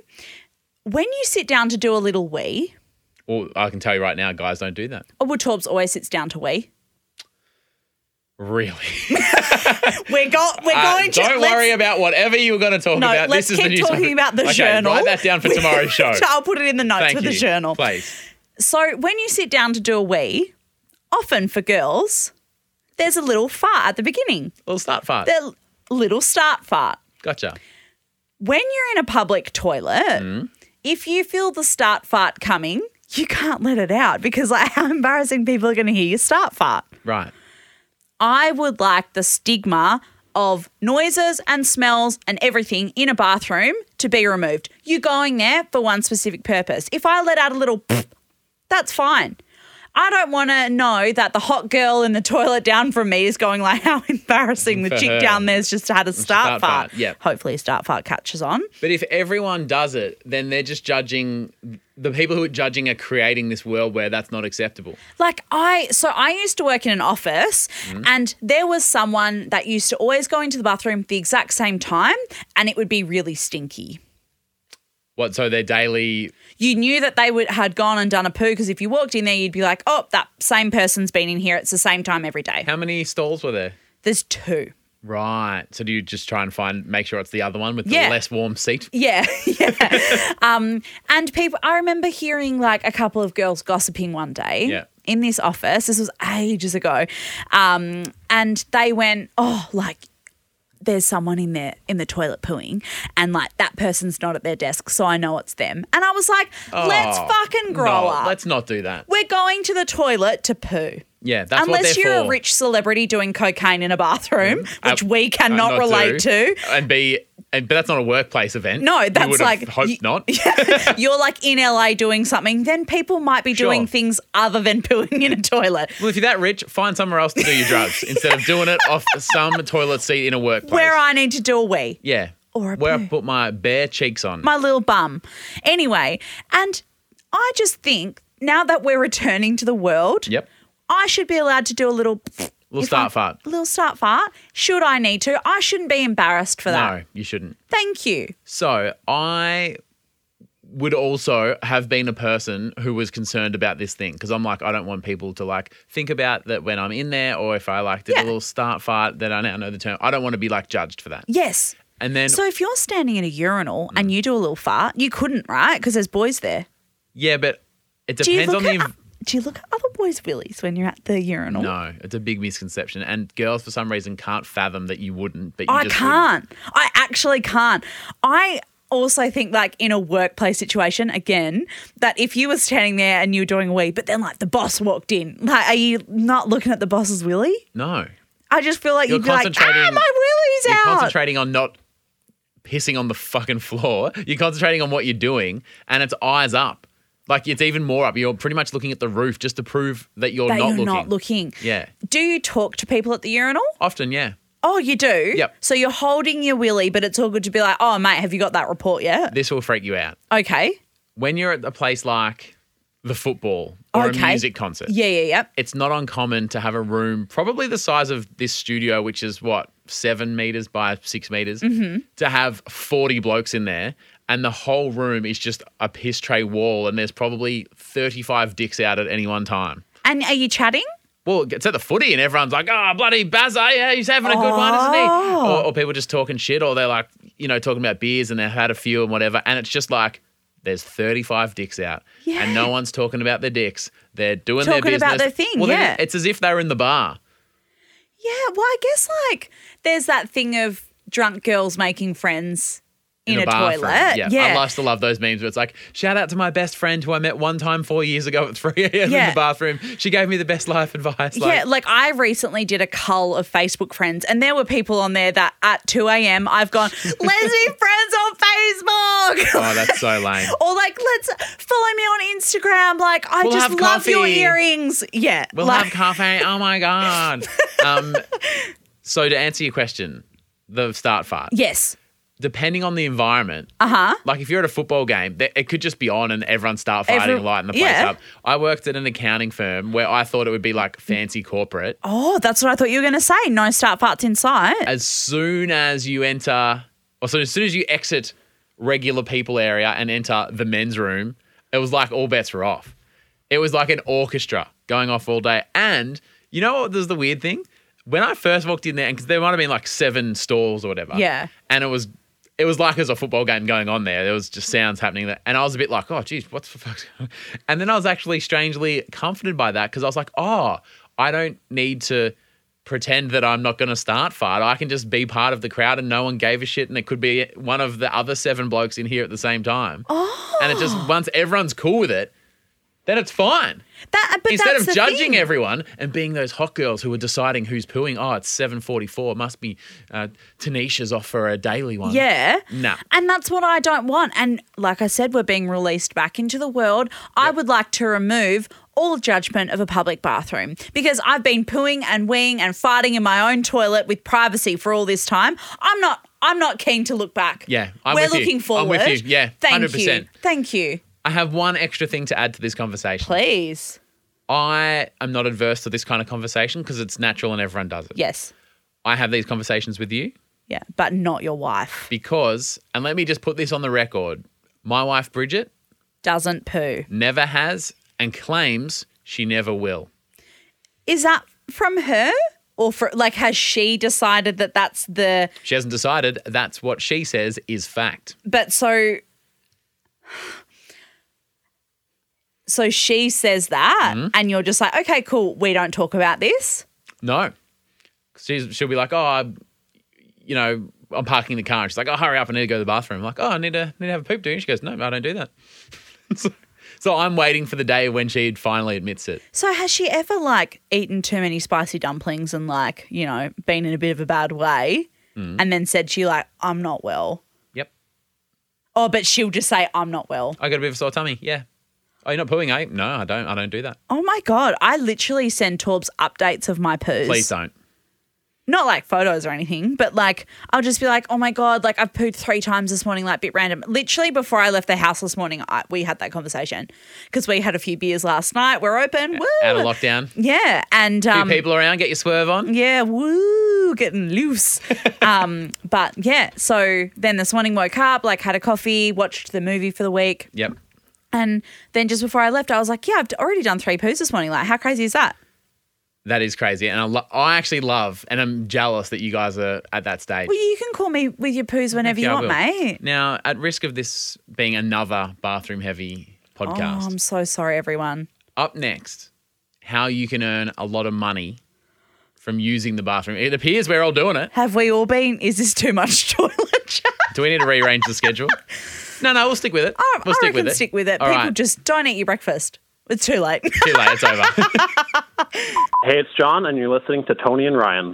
[SPEAKER 2] When you sit down to do a little wee,
[SPEAKER 3] well, I can tell you right now, guys, don't do that.
[SPEAKER 2] oh, well, Torbs always sits down to
[SPEAKER 3] <laughs>
[SPEAKER 2] wee.
[SPEAKER 3] Really.
[SPEAKER 2] We're, go- we're
[SPEAKER 3] Uh,
[SPEAKER 2] going to.
[SPEAKER 3] don't
[SPEAKER 2] let's-
[SPEAKER 3] worry about whatever you were going to talk
[SPEAKER 2] No,
[SPEAKER 3] about.
[SPEAKER 2] let's
[SPEAKER 3] this is
[SPEAKER 2] keep
[SPEAKER 3] the new
[SPEAKER 2] talking
[SPEAKER 3] topic.
[SPEAKER 2] about the
[SPEAKER 3] okay,
[SPEAKER 2] journal.
[SPEAKER 3] Write that down
[SPEAKER 2] <laughs>
[SPEAKER 3] for tomorrow's show.
[SPEAKER 2] So I'll put it in the notes
[SPEAKER 3] Thank
[SPEAKER 2] for the
[SPEAKER 3] you.
[SPEAKER 2] journal.
[SPEAKER 3] Please.
[SPEAKER 2] So when you sit down to do a wee, often for girls, there's a little fart at the beginning,
[SPEAKER 3] Little start fart.
[SPEAKER 2] the little start fart.
[SPEAKER 3] Gotcha.
[SPEAKER 2] When you're in a public toilet,
[SPEAKER 3] Hmm.
[SPEAKER 2] if you feel the start fart coming, you can't let it out because like <laughs> how embarrassing people are going to hear your start fart.
[SPEAKER 3] Right.
[SPEAKER 2] I would like the stigma of noises and smells and everything in a bathroom to be removed. You're going there for one specific purpose. If I let out a little, pfft, that's fine. I don't want to know that the hot girl in the <laughs> toilet down from me is going like, <laughs> how embarrassing the
[SPEAKER 3] For
[SPEAKER 2] chick
[SPEAKER 3] her.
[SPEAKER 2] down there's just had a start,
[SPEAKER 3] start fart,
[SPEAKER 2] fart.
[SPEAKER 3] yeah.
[SPEAKER 2] Hopefully, a start fart catches on.
[SPEAKER 3] But if everyone does it, then they're just judging. The people who are judging are creating this world where that's not acceptable.
[SPEAKER 2] Like I, so I used to work in an office,
[SPEAKER 3] Mm.
[SPEAKER 2] and there was someone that used to always go into the bathroom at the exact same time, and it would be really stinky.
[SPEAKER 3] What? So their daily.
[SPEAKER 2] you knew that they would had gone and done a poo because if you walked in there, you'd be like, oh, that same person's been in here. It's the same time every day.
[SPEAKER 3] How many stalls were there?
[SPEAKER 2] There's two.
[SPEAKER 3] Right. So do you just try and find, make sure it's the other one with the
[SPEAKER 2] Yeah.
[SPEAKER 3] less warm seat?
[SPEAKER 2] Yeah, <laughs> yeah.
[SPEAKER 3] <laughs>
[SPEAKER 2] um, and people, I remember hearing like a couple of girls gossiping one day
[SPEAKER 3] Yeah.
[SPEAKER 2] in this office. This was ages ago, um, and they went, "Oh, like there's someone in there in the toilet pooing and like that person's not at their desk so I know it's them. And I was like, let's
[SPEAKER 3] Oh,
[SPEAKER 2] fucking grow
[SPEAKER 3] no,
[SPEAKER 2] up.
[SPEAKER 3] Let's not do that.
[SPEAKER 2] We're going to the toilet to poo.
[SPEAKER 3] Yeah, that's what
[SPEAKER 2] Unless
[SPEAKER 3] they're
[SPEAKER 2] you're a
[SPEAKER 3] for.
[SPEAKER 2] rich celebrity doing cocaine in a bathroom, which
[SPEAKER 3] Uh,
[SPEAKER 2] we cannot
[SPEAKER 3] not
[SPEAKER 2] relate to.
[SPEAKER 3] do. And be, and, but that's not a workplace event.
[SPEAKER 2] No, that's
[SPEAKER 3] you would have
[SPEAKER 2] like-
[SPEAKER 3] hoped
[SPEAKER 2] you- <laughs>
[SPEAKER 3] not. <laughs>
[SPEAKER 2] You're like in LA doing something, then people might be
[SPEAKER 3] Sure.
[SPEAKER 2] doing things other than <laughs> pooing in a toilet.
[SPEAKER 3] Well, if you're that rich, find somewhere else to do
[SPEAKER 2] <laughs>
[SPEAKER 3] your drugs instead of doing it off some toilet seat in a workplace.
[SPEAKER 2] Where I need to do a wee.
[SPEAKER 3] yeah,
[SPEAKER 2] Or a
[SPEAKER 3] where I
[SPEAKER 2] poo.
[SPEAKER 3] put my bare cheeks on.
[SPEAKER 2] my little bum. Anyway, and I just think now that we're returning to the world,
[SPEAKER 3] yep,
[SPEAKER 2] I should be allowed to do a little <sniffs>
[SPEAKER 3] little
[SPEAKER 2] if
[SPEAKER 3] start
[SPEAKER 2] I'm-
[SPEAKER 3] fart.
[SPEAKER 2] Little start fart. Should I need to? I shouldn't be embarrassed for that.
[SPEAKER 3] No, you shouldn't.
[SPEAKER 2] Thank you.
[SPEAKER 3] So I would also have been a person who was concerned about this thing because I'm like, I don't want people to like think about that when I'm in there or if I like did
[SPEAKER 2] Yeah.
[SPEAKER 3] a little start fart that I now know the term. I don't want to be like judged for that.
[SPEAKER 2] Yes.
[SPEAKER 3] And Mm. then
[SPEAKER 2] So if you're standing in a urinal and you do a little fart, you couldn't, right? Because there's boys there.
[SPEAKER 3] yeah, but it
[SPEAKER 2] Do you
[SPEAKER 3] depends
[SPEAKER 2] look
[SPEAKER 3] on the.
[SPEAKER 2] at o- do you look at other boys' willies when you're at the urinal?
[SPEAKER 3] no, it's a big misconception, and girls for some reason can't fathom that you wouldn't. But you
[SPEAKER 2] I
[SPEAKER 3] just wouldn't.
[SPEAKER 2] can't. I actually can't. I also think like in a workplace situation again that if you were standing there and you were doing a wee but then like the boss walked in like are you not looking at the boss's willy
[SPEAKER 3] No,
[SPEAKER 2] i just feel like
[SPEAKER 3] You're
[SPEAKER 2] you'd be like ah
[SPEAKER 3] concentrating-
[SPEAKER 2] my willy's
[SPEAKER 3] you're
[SPEAKER 2] out
[SPEAKER 3] concentrating on not pissing on the fucking floor. You're concentrating on what you're doing, and it's eyes up. Like it's even more up. You're pretty much looking at the roof just to prove that you're
[SPEAKER 2] that
[SPEAKER 3] not
[SPEAKER 2] you're
[SPEAKER 3] looking.
[SPEAKER 2] not looking
[SPEAKER 3] Yeah,
[SPEAKER 2] do you talk to people at the urinal
[SPEAKER 3] often. Yeah,
[SPEAKER 2] oh you do
[SPEAKER 3] Yep.
[SPEAKER 2] so you're holding your willy but it's all good to be like oh mate have you got that report yet
[SPEAKER 3] this will freak you out
[SPEAKER 2] okay
[SPEAKER 3] when you're at a place like the football or
[SPEAKER 2] okay
[SPEAKER 3] a music concert.
[SPEAKER 2] yeah yeah yeah
[SPEAKER 3] It's not uncommon to have a room, probably the size of this studio, which is what seven meters by six meters, to have forty blokes in there, and the whole room is just a piss tray wall, and there's probably thirty-five dicks out at any one time.
[SPEAKER 2] and are you chatting
[SPEAKER 3] Well, it's at the footy, and everyone's like, "Oh, bloody Bazza, yeah, he's having a good one, isn't he?"
[SPEAKER 2] Oh.
[SPEAKER 3] Or, or people just talking shit, or they're like, you know, talking about beers and they've had a few and whatever, and it's just like. There's 35 dicks out, and no one's talking about their dicks. They're doing their
[SPEAKER 2] Talking
[SPEAKER 3] business.
[SPEAKER 2] about their thing,
[SPEAKER 3] well, then
[SPEAKER 2] yeah.
[SPEAKER 3] It's as if they were in the bar.
[SPEAKER 2] Yeah, well, I guess like there's that thing of drunk girls making friends in, a,
[SPEAKER 3] bathroom.
[SPEAKER 2] toilet.
[SPEAKER 3] Yeah.
[SPEAKER 2] yeah.
[SPEAKER 3] I used to love those memes where it's like, shout out to my best friend who I met one time four years ago at 3 a.m. in
[SPEAKER 2] Yeah.
[SPEAKER 3] the bathroom. She gave me the best life advice.
[SPEAKER 2] yeah, like I recently did a cull of Facebook friends, and there were people on there that at 2 a.m. I've
[SPEAKER 3] <laughs>
[SPEAKER 2] gone, let's be friends on Facebook.
[SPEAKER 3] oh, that's so lame.
[SPEAKER 2] <laughs> Or like, let's follow me on Instagram. Like, I
[SPEAKER 3] We'll
[SPEAKER 2] just
[SPEAKER 3] have
[SPEAKER 2] love your
[SPEAKER 3] coffee.
[SPEAKER 2] earrings. Yeah.
[SPEAKER 3] We'll
[SPEAKER 2] like, <laughs>
[SPEAKER 3] have coffee. Oh my God. Um, so, to answer your question, the start fart,
[SPEAKER 2] Yes.
[SPEAKER 3] depending on the environment, uh
[SPEAKER 2] Uh-huh.
[SPEAKER 3] huh. Like if you're at a football game, th- it could just be on and everyone start fighting,
[SPEAKER 2] Every-
[SPEAKER 3] and lighting the place
[SPEAKER 2] yeah.
[SPEAKER 3] up. I worked at an accounting firm where I thought it would be like fancy corporate.
[SPEAKER 2] Oh, that's what I thought you were going to say. No start farts inside.
[SPEAKER 3] as soon as you enter, or so as soon as you exit regular people area and enter the men's room, it was like all bets were off. It was like an orchestra going off all day. And you know what was the weird thing? When I first walked in there, and because there might have been like seven stalls or whatever.
[SPEAKER 2] Yeah.
[SPEAKER 3] And it was it was like there's a football game going on there. There was just sounds happening there. And I was a bit like, oh, geez, what's the fuck? <laughs> And then I was actually strangely comforted by that because I was like, oh, I don't need to pretend that I'm not going to start fart. I can just be part of the crowd and no one gave a shit. And it could be one of the other seven blokes in here at the same time. Oh. And it just, once everyone's cool with it, then it's fine.
[SPEAKER 2] That, uh, but
[SPEAKER 3] Instead
[SPEAKER 2] that's
[SPEAKER 3] of
[SPEAKER 2] the
[SPEAKER 3] judging
[SPEAKER 2] thing.
[SPEAKER 3] everyone and being those hot girls who are deciding who's pooing, oh, it's 7.44, must be uh, Tanisha's off for a daily one.
[SPEAKER 2] Yeah.
[SPEAKER 3] Nah.
[SPEAKER 2] And that's what I don't want. And like I said, we're being released back into the world. I would like to remove all judgment of a public bathroom because I've been pooing and weeing and farting in my own toilet with privacy for all this time. I'm not. I'm not keen to look back.
[SPEAKER 3] Yeah, I'm
[SPEAKER 2] we're
[SPEAKER 3] with you.
[SPEAKER 2] looking forward.
[SPEAKER 3] I'm with you. Yeah,
[SPEAKER 2] thank
[SPEAKER 3] 100%.
[SPEAKER 2] you. Thank you.
[SPEAKER 3] I have one extra thing to add to this conversation.
[SPEAKER 2] Please.
[SPEAKER 3] I am not adverse to this kind of conversation because it's natural and everyone does it.
[SPEAKER 2] Yes.
[SPEAKER 3] I have these conversations with you
[SPEAKER 2] Yeah, but not your wife
[SPEAKER 3] because, and let me just put this on the record my wife, Bridget,
[SPEAKER 2] doesn't poo.
[SPEAKER 3] never has and claims she never will.
[SPEAKER 2] Is that from her or for like has she decided that that's the
[SPEAKER 3] She hasn't decided. That's what she says is fact.
[SPEAKER 2] but so so she says that
[SPEAKER 3] Mm-hmm.
[SPEAKER 2] and you're just like okay cool we don't talk about this
[SPEAKER 3] No. She's, she'll be like, oh, I- you know, I'm parking the car. And she's like, oh, hurry up. I need to go to the bathroom. I'm like, oh, I need to, need to have a poop, do you? She goes, no, I don't do that. <laughs> so, so I'm waiting for the day when she finally admits it.
[SPEAKER 2] So has she ever like eaten too many spicy dumplings and like, you know, been in a bit of a bad way
[SPEAKER 3] Mm-hmm.
[SPEAKER 2] and then said she like, I'm not well.
[SPEAKER 3] Yep.
[SPEAKER 2] Oh, but she'll just say, I'm not well.
[SPEAKER 3] I got a bit of a sore tummy. Yeah. Oh, you're not pooing, eh? No, I don't. I don't do that.
[SPEAKER 2] Oh my God. I literally send Torbs updates of my poos.
[SPEAKER 3] Please don't.
[SPEAKER 2] Not like photos or anything, but like I'll just be like, oh my God, like I've pooed three times this morning, like bit random. Literally before I left the house this morning, I, we had that conversation because we had a few beers last night. We're open. Woo!
[SPEAKER 3] Out of lockdown. Few
[SPEAKER 2] Yeah. And um,
[SPEAKER 3] people around, get your swerve
[SPEAKER 2] <laughs>
[SPEAKER 3] on.
[SPEAKER 2] Yeah, woo, getting
[SPEAKER 3] <laughs>
[SPEAKER 2] loose. um, but yeah, so then this morning woke up, like had a coffee, watched the movie for the week,
[SPEAKER 3] Yep.
[SPEAKER 2] and then just before I left, I was like, yeah, I've already done three poos this morning. Like, how crazy is that?
[SPEAKER 3] That is crazy. And I, lo- I actually love, and I'm jealous that you guys are at that stage.
[SPEAKER 2] Well, you can call me with your poos whenever
[SPEAKER 3] Yeah,
[SPEAKER 2] you
[SPEAKER 3] I
[SPEAKER 2] want,
[SPEAKER 3] will.
[SPEAKER 2] mate.
[SPEAKER 3] Now, at risk of this being another bathroom heavy
[SPEAKER 2] Oh,
[SPEAKER 3] podcast,
[SPEAKER 2] I'm so sorry, everyone.
[SPEAKER 3] up next, how you can earn a lot of money from using the bathroom. It appears we're all doing it.
[SPEAKER 2] Have we all been? Is this too much <laughs> toilet chat?
[SPEAKER 3] Do we need to rearrange
[SPEAKER 2] <laughs>
[SPEAKER 3] the schedule? No, no, we'll stick with it.
[SPEAKER 2] I,
[SPEAKER 3] we'll
[SPEAKER 2] I
[SPEAKER 3] stick
[SPEAKER 2] reckon
[SPEAKER 3] with it.
[SPEAKER 2] stick with it.
[SPEAKER 3] All
[SPEAKER 2] People
[SPEAKER 3] right.
[SPEAKER 2] just don't eat your breakfast. It's too late. <laughs>
[SPEAKER 3] Too late. It's over.
[SPEAKER 1] Hey, it's John, and you're listening to Tony and Ryan.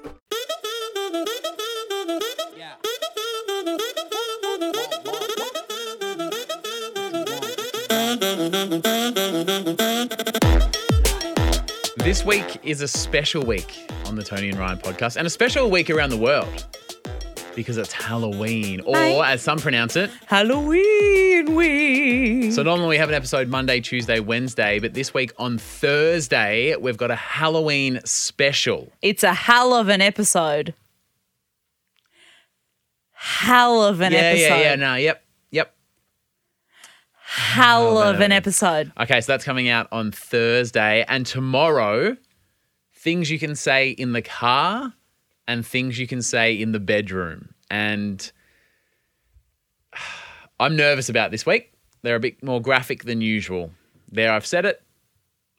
[SPEAKER 3] This week is a special week on the Tony and Ryan podcast and a special week around the world because it's Halloween, or
[SPEAKER 2] Hi.
[SPEAKER 3] as some pronounce it.
[SPEAKER 2] Halloween week.
[SPEAKER 3] So, normally we have an episode Monday, Tuesday, Wednesday, but this week on Thursday, we've got a Halloween special.
[SPEAKER 2] It's a hell of an episode. Hell of an
[SPEAKER 3] yeah,
[SPEAKER 2] episode.
[SPEAKER 3] yeah, yeah. No, yep, yep.
[SPEAKER 2] Hell of an episode.
[SPEAKER 3] Okay, so that's coming out on Thursday. And tomorrow, things you can say in the car and things you can say in the bedroom. And <sighs> I'm nervous about this week. They're a bit more graphic than usual. There, I've said it.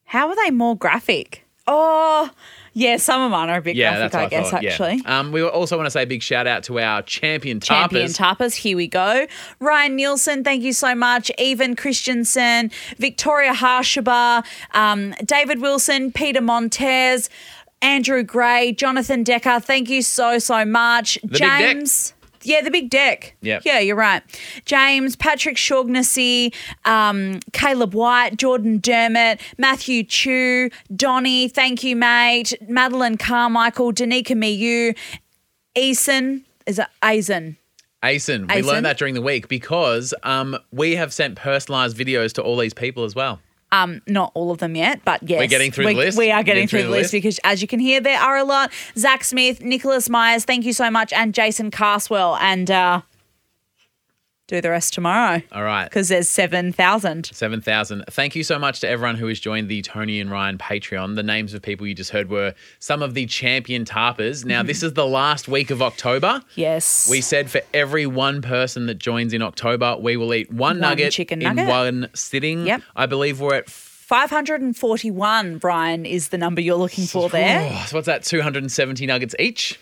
[SPEAKER 2] How are they more graphic? Oh, yeah, some of mine are a bit
[SPEAKER 3] Yeah,
[SPEAKER 2] graphic,
[SPEAKER 3] that's what
[SPEAKER 2] I guess,
[SPEAKER 3] thought, yeah.
[SPEAKER 2] actually.
[SPEAKER 3] Um, we also want to say a big shout out to our champion tarpers.
[SPEAKER 2] Champion Tapas, here we go. Ryan Nielsen, thank you so much. Evan Christensen, Victoria Harshaba, um, David Wilson, Peter Montez, Andrew Gray, Jonathan Decker, thank you so, so much.
[SPEAKER 3] Big Deck.
[SPEAKER 2] James. Yeah, the big deck.
[SPEAKER 3] Yep.
[SPEAKER 2] Yeah, you're right. James, Patrick Shaughnessy, um, Caleb White, Jordan Dermott, Matthew Chu, Donnie, thank you, mate. Madeline Carmichael, Danica Miu, Eason. Is it Aizen?
[SPEAKER 3] Asen. We
[SPEAKER 2] Asen.
[SPEAKER 3] learned that during the week because um, we have sent personalized videos to all these people as well.
[SPEAKER 2] not all of them yet, but yes.
[SPEAKER 3] We're getting through the
[SPEAKER 2] We-
[SPEAKER 3] list.
[SPEAKER 2] We are getting, through, the list, because, as you can hear, there are a lot. Zach Smith, Nicholas Myers, thank you so much, and Jason Carswell. And uh, do the rest tomorrow
[SPEAKER 3] All right.
[SPEAKER 2] because there's 7,000.
[SPEAKER 3] 7,000. Thank you so much to everyone who has joined the Tony and Ryan Patreon. The names of people you just heard were some of the champion tarpers.
[SPEAKER 2] Mm-hmm.
[SPEAKER 3] Now, this is the last week of October.
[SPEAKER 2] Yes.
[SPEAKER 3] We said for every one person that joins in October, we will eat one,
[SPEAKER 2] One
[SPEAKER 3] nugget
[SPEAKER 2] chicken
[SPEAKER 3] in
[SPEAKER 2] nugget.
[SPEAKER 3] one sitting.
[SPEAKER 2] Yep.
[SPEAKER 3] I believe we're at, f-
[SPEAKER 2] 541, Brian, is the number you're looking for there.
[SPEAKER 3] oh, so what's that, 270 nuggets each?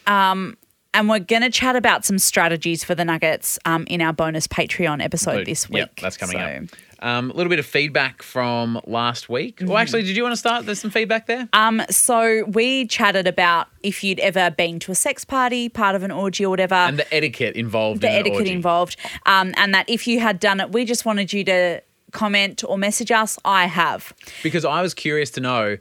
[SPEAKER 2] And we're going to chat about some strategies for the Nuggets um, in our bonus Patreon episode this week.
[SPEAKER 3] Yep, that's coming
[SPEAKER 2] So- Mm-hmm.
[SPEAKER 3] up. Um, a little bit of feedback from last week. Well, actually, did you want to start? There's some feedback there.
[SPEAKER 2] Um, so we chatted about if you'd ever been to a sex party, part of an orgy or whatever.
[SPEAKER 3] and the etiquette involved.
[SPEAKER 2] the
[SPEAKER 3] in an
[SPEAKER 2] etiquette
[SPEAKER 3] orgy.
[SPEAKER 2] involved, um, and that if you had done it, we just wanted you to comment or message us. I have.
[SPEAKER 3] Because I was curious to know.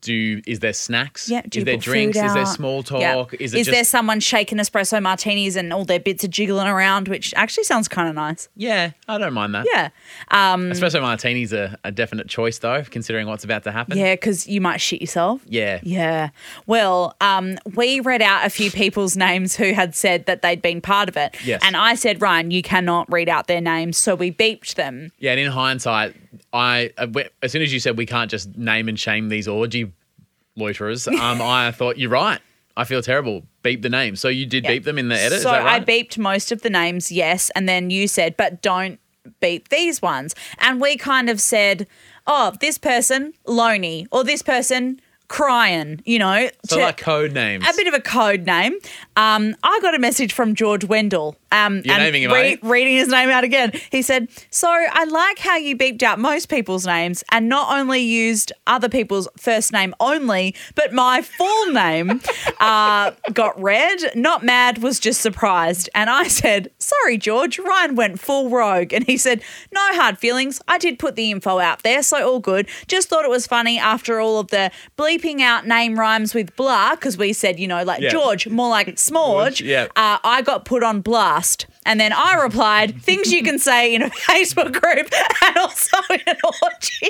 [SPEAKER 3] Do is there snacks?
[SPEAKER 2] Yeah, do
[SPEAKER 3] is
[SPEAKER 2] you
[SPEAKER 3] there
[SPEAKER 2] put food
[SPEAKER 3] drinks? Is there
[SPEAKER 2] out?
[SPEAKER 3] small talk?
[SPEAKER 2] Yeah.
[SPEAKER 3] Is it just
[SPEAKER 2] there someone shaking espresso martinis and all their bits are jiggling around, which actually sounds kind of nice.
[SPEAKER 3] yeah? I don't mind that.
[SPEAKER 2] Yeah. um,
[SPEAKER 3] espresso martinis a, a definite choice though, considering what's about to happen.
[SPEAKER 2] Yeah, because you might shit yourself.
[SPEAKER 3] yeah.
[SPEAKER 2] Yeah. Well, um, we read out a few people's <laughs> names who had said that they'd been part of it.
[SPEAKER 3] Yes.
[SPEAKER 2] And I said, Ryan, you cannot read out their names. So we beeped them.
[SPEAKER 3] Yeah, and in hindsight, I uh, we- as soon as you said we can't just name and shame these orgy
[SPEAKER 2] <laughs>
[SPEAKER 3] loiterers, um, I thought you're right. I feel terrible. Beep the name. So you did beep them in the edit. is
[SPEAKER 2] so
[SPEAKER 3] that right?
[SPEAKER 2] I beeped most of the names, yes. And then you said, but don't beep these ones. And we kind of said, oh, this person, Loney, or this person, crying, you know.
[SPEAKER 3] So
[SPEAKER 2] to-
[SPEAKER 3] like code names.
[SPEAKER 2] a bit of a code name. Um, I got a message from George Wendell. Um,
[SPEAKER 3] You're
[SPEAKER 2] and
[SPEAKER 3] naming him, eh?
[SPEAKER 2] reading his name out again. He said, "So I like how you beeped out most people's names and not only used other people's first name only, but my full name uh, got read. Not mad, was just surprised." And I said, "Sorry, George. Ryan went full rogue." And he said, "No hard feelings. I did put the info out there, so all good. Just thought it was funny after all of the bleeping out name rhymes with blah because we said, you know, like
[SPEAKER 3] Yeah.
[SPEAKER 2] George, more like Smorge.
[SPEAKER 3] yeah.
[SPEAKER 2] Uh, I got put on blast. And then I replied, things you can say in a <laughs> Facebook group and also in an orgy.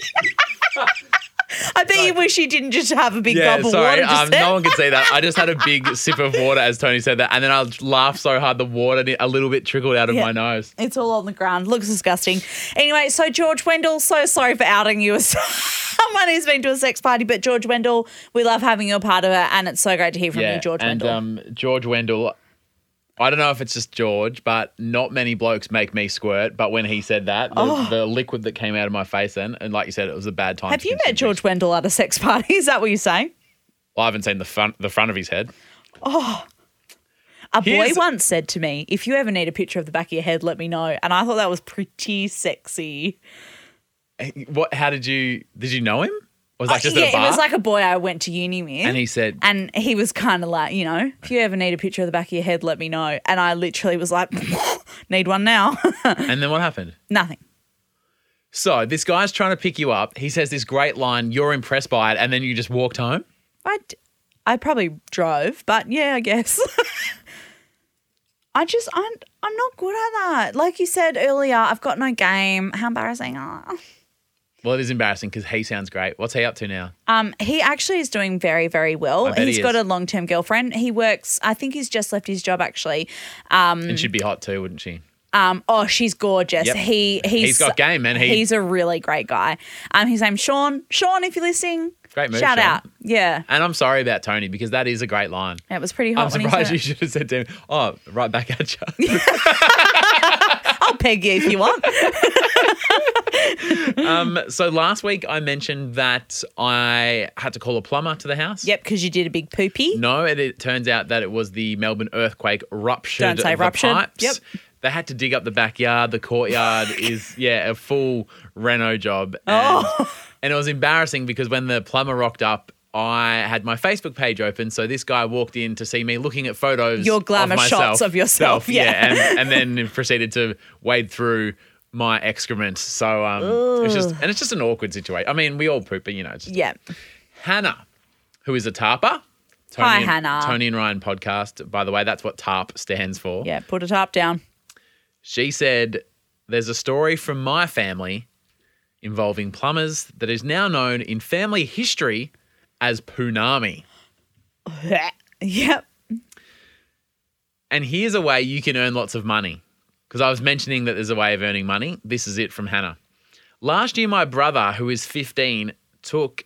[SPEAKER 2] <laughs> I bet you wish you didn't just have a big
[SPEAKER 3] yeah,
[SPEAKER 2] gulp of
[SPEAKER 3] sorry.
[SPEAKER 2] water. Just
[SPEAKER 3] um,
[SPEAKER 2] then.
[SPEAKER 3] no one could see that. I just had a
[SPEAKER 2] <laughs>
[SPEAKER 3] big sip of water as Tony said that, and then I laughed so hard the water di- a little bit trickled out of
[SPEAKER 2] Yeah.
[SPEAKER 3] my nose.
[SPEAKER 2] It's all on the ground. Looks disgusting. Anyway, so George Wendell, so sorry for outing you as <laughs> someone who's been to a sex party, but George Wendell, we love having you a part of it, and it's so great to hear from you, George
[SPEAKER 3] and
[SPEAKER 2] Wendell.
[SPEAKER 3] um, George Wendell. I don't know if it's just George, but not many blokes make me squirt. But when he said that, the, the liquid that came out of my face then, and like you said, it was a bad time.
[SPEAKER 2] Oh. Have
[SPEAKER 3] to
[SPEAKER 2] you met
[SPEAKER 3] consume
[SPEAKER 2] George
[SPEAKER 3] things.
[SPEAKER 2] Wendell at a sex party? <laughs> Is that what you're saying?
[SPEAKER 3] Well, I haven't seen the front the front of his head.
[SPEAKER 2] A boy
[SPEAKER 3] Here's-
[SPEAKER 2] once said to me, "If you ever need a picture of the back of your head, let me know." And I thought that was pretty sexy.
[SPEAKER 3] What? How did you? Did you know him? Or was that just
[SPEAKER 2] Uh, yeah,
[SPEAKER 3] at a bar?
[SPEAKER 2] it was like a boy I went to uni with.
[SPEAKER 3] and he said,
[SPEAKER 2] And he was kind of like, you know, if you ever need a picture of the back of your head, let me know. And I literally was like, <laughs> need one now. <laughs>
[SPEAKER 3] and then what happened?
[SPEAKER 2] Nothing.
[SPEAKER 3] So this guy's trying to pick you up. He says this great line. You're impressed by it, and then you just walked home.
[SPEAKER 2] I, d- I probably drove, but yeah, I guess. <laughs> I just, I'm, I'm not good at that. Like you said earlier, I've got no game. How embarrassing. Ah.
[SPEAKER 3] Well, it is embarrassing because he sounds great. What's he up to now?
[SPEAKER 2] Um, he actually is doing very, very well.
[SPEAKER 3] I bet he
[SPEAKER 2] He's got
[SPEAKER 3] is.
[SPEAKER 2] a long term girlfriend. He works, I think he's just left his job actually. Mm.
[SPEAKER 3] And she'd be hot too, wouldn't she?
[SPEAKER 2] Um, oh, she's gorgeous.
[SPEAKER 3] Yep.
[SPEAKER 2] He he's,
[SPEAKER 3] He's got game, man. He-
[SPEAKER 2] he's a really great guy. Um, his name's Sean. Sean, if you're listening,
[SPEAKER 3] Great move,
[SPEAKER 2] shout
[SPEAKER 3] Sean.
[SPEAKER 2] out. Yeah,
[SPEAKER 3] And I'm sorry about Tony because that is a great line.
[SPEAKER 2] it was pretty hot.
[SPEAKER 3] I'm
[SPEAKER 2] when he
[SPEAKER 3] surprised
[SPEAKER 2] said
[SPEAKER 3] you
[SPEAKER 2] it.
[SPEAKER 3] should have said to him, "Oh, right back at you."
[SPEAKER 2] I'll peg you if you
[SPEAKER 3] <laughs>
[SPEAKER 2] want.
[SPEAKER 3] um, so last week I mentioned that I had to call a plumber to the house.
[SPEAKER 2] yep, because you did a big poopy.
[SPEAKER 3] No, and it turns out that it was the Melbourne earthquake rupture.
[SPEAKER 2] Don't say
[SPEAKER 3] of the
[SPEAKER 2] ruptured.
[SPEAKER 3] pipes.
[SPEAKER 2] Yep.
[SPEAKER 3] They had to dig up the backyard. The courtyard <laughs> is yeah a full reno job. And,
[SPEAKER 2] Oh.
[SPEAKER 3] and it was embarrassing because when the plumber rocked up. I had my Facebook page open, so this guy walked in to see me looking at photos.
[SPEAKER 2] Your glamour
[SPEAKER 3] of myself,
[SPEAKER 2] shots of yourself, yeah.
[SPEAKER 3] and, and then proceeded to wade through my excrement. So um, it was just, and it's just an awkward situation. I mean, we all poop, but you know, it's just
[SPEAKER 2] Yeah,
[SPEAKER 3] Hannah, who is a tarper. Tony
[SPEAKER 2] Hi,
[SPEAKER 3] and,
[SPEAKER 2] Hannah.
[SPEAKER 3] Tony and Ryan podcast. By the way, that's what TARP stands for.
[SPEAKER 2] yeah. Put a top down. <laughs>
[SPEAKER 3] She said, There's a story from my family involving plumbers that is now known in family history as Poonami.
[SPEAKER 2] yep.
[SPEAKER 3] And here's a way you can earn lots of money. Because I was mentioning that there's a way of earning money. This is it from Hannah. Last year, my brother, who is 15, took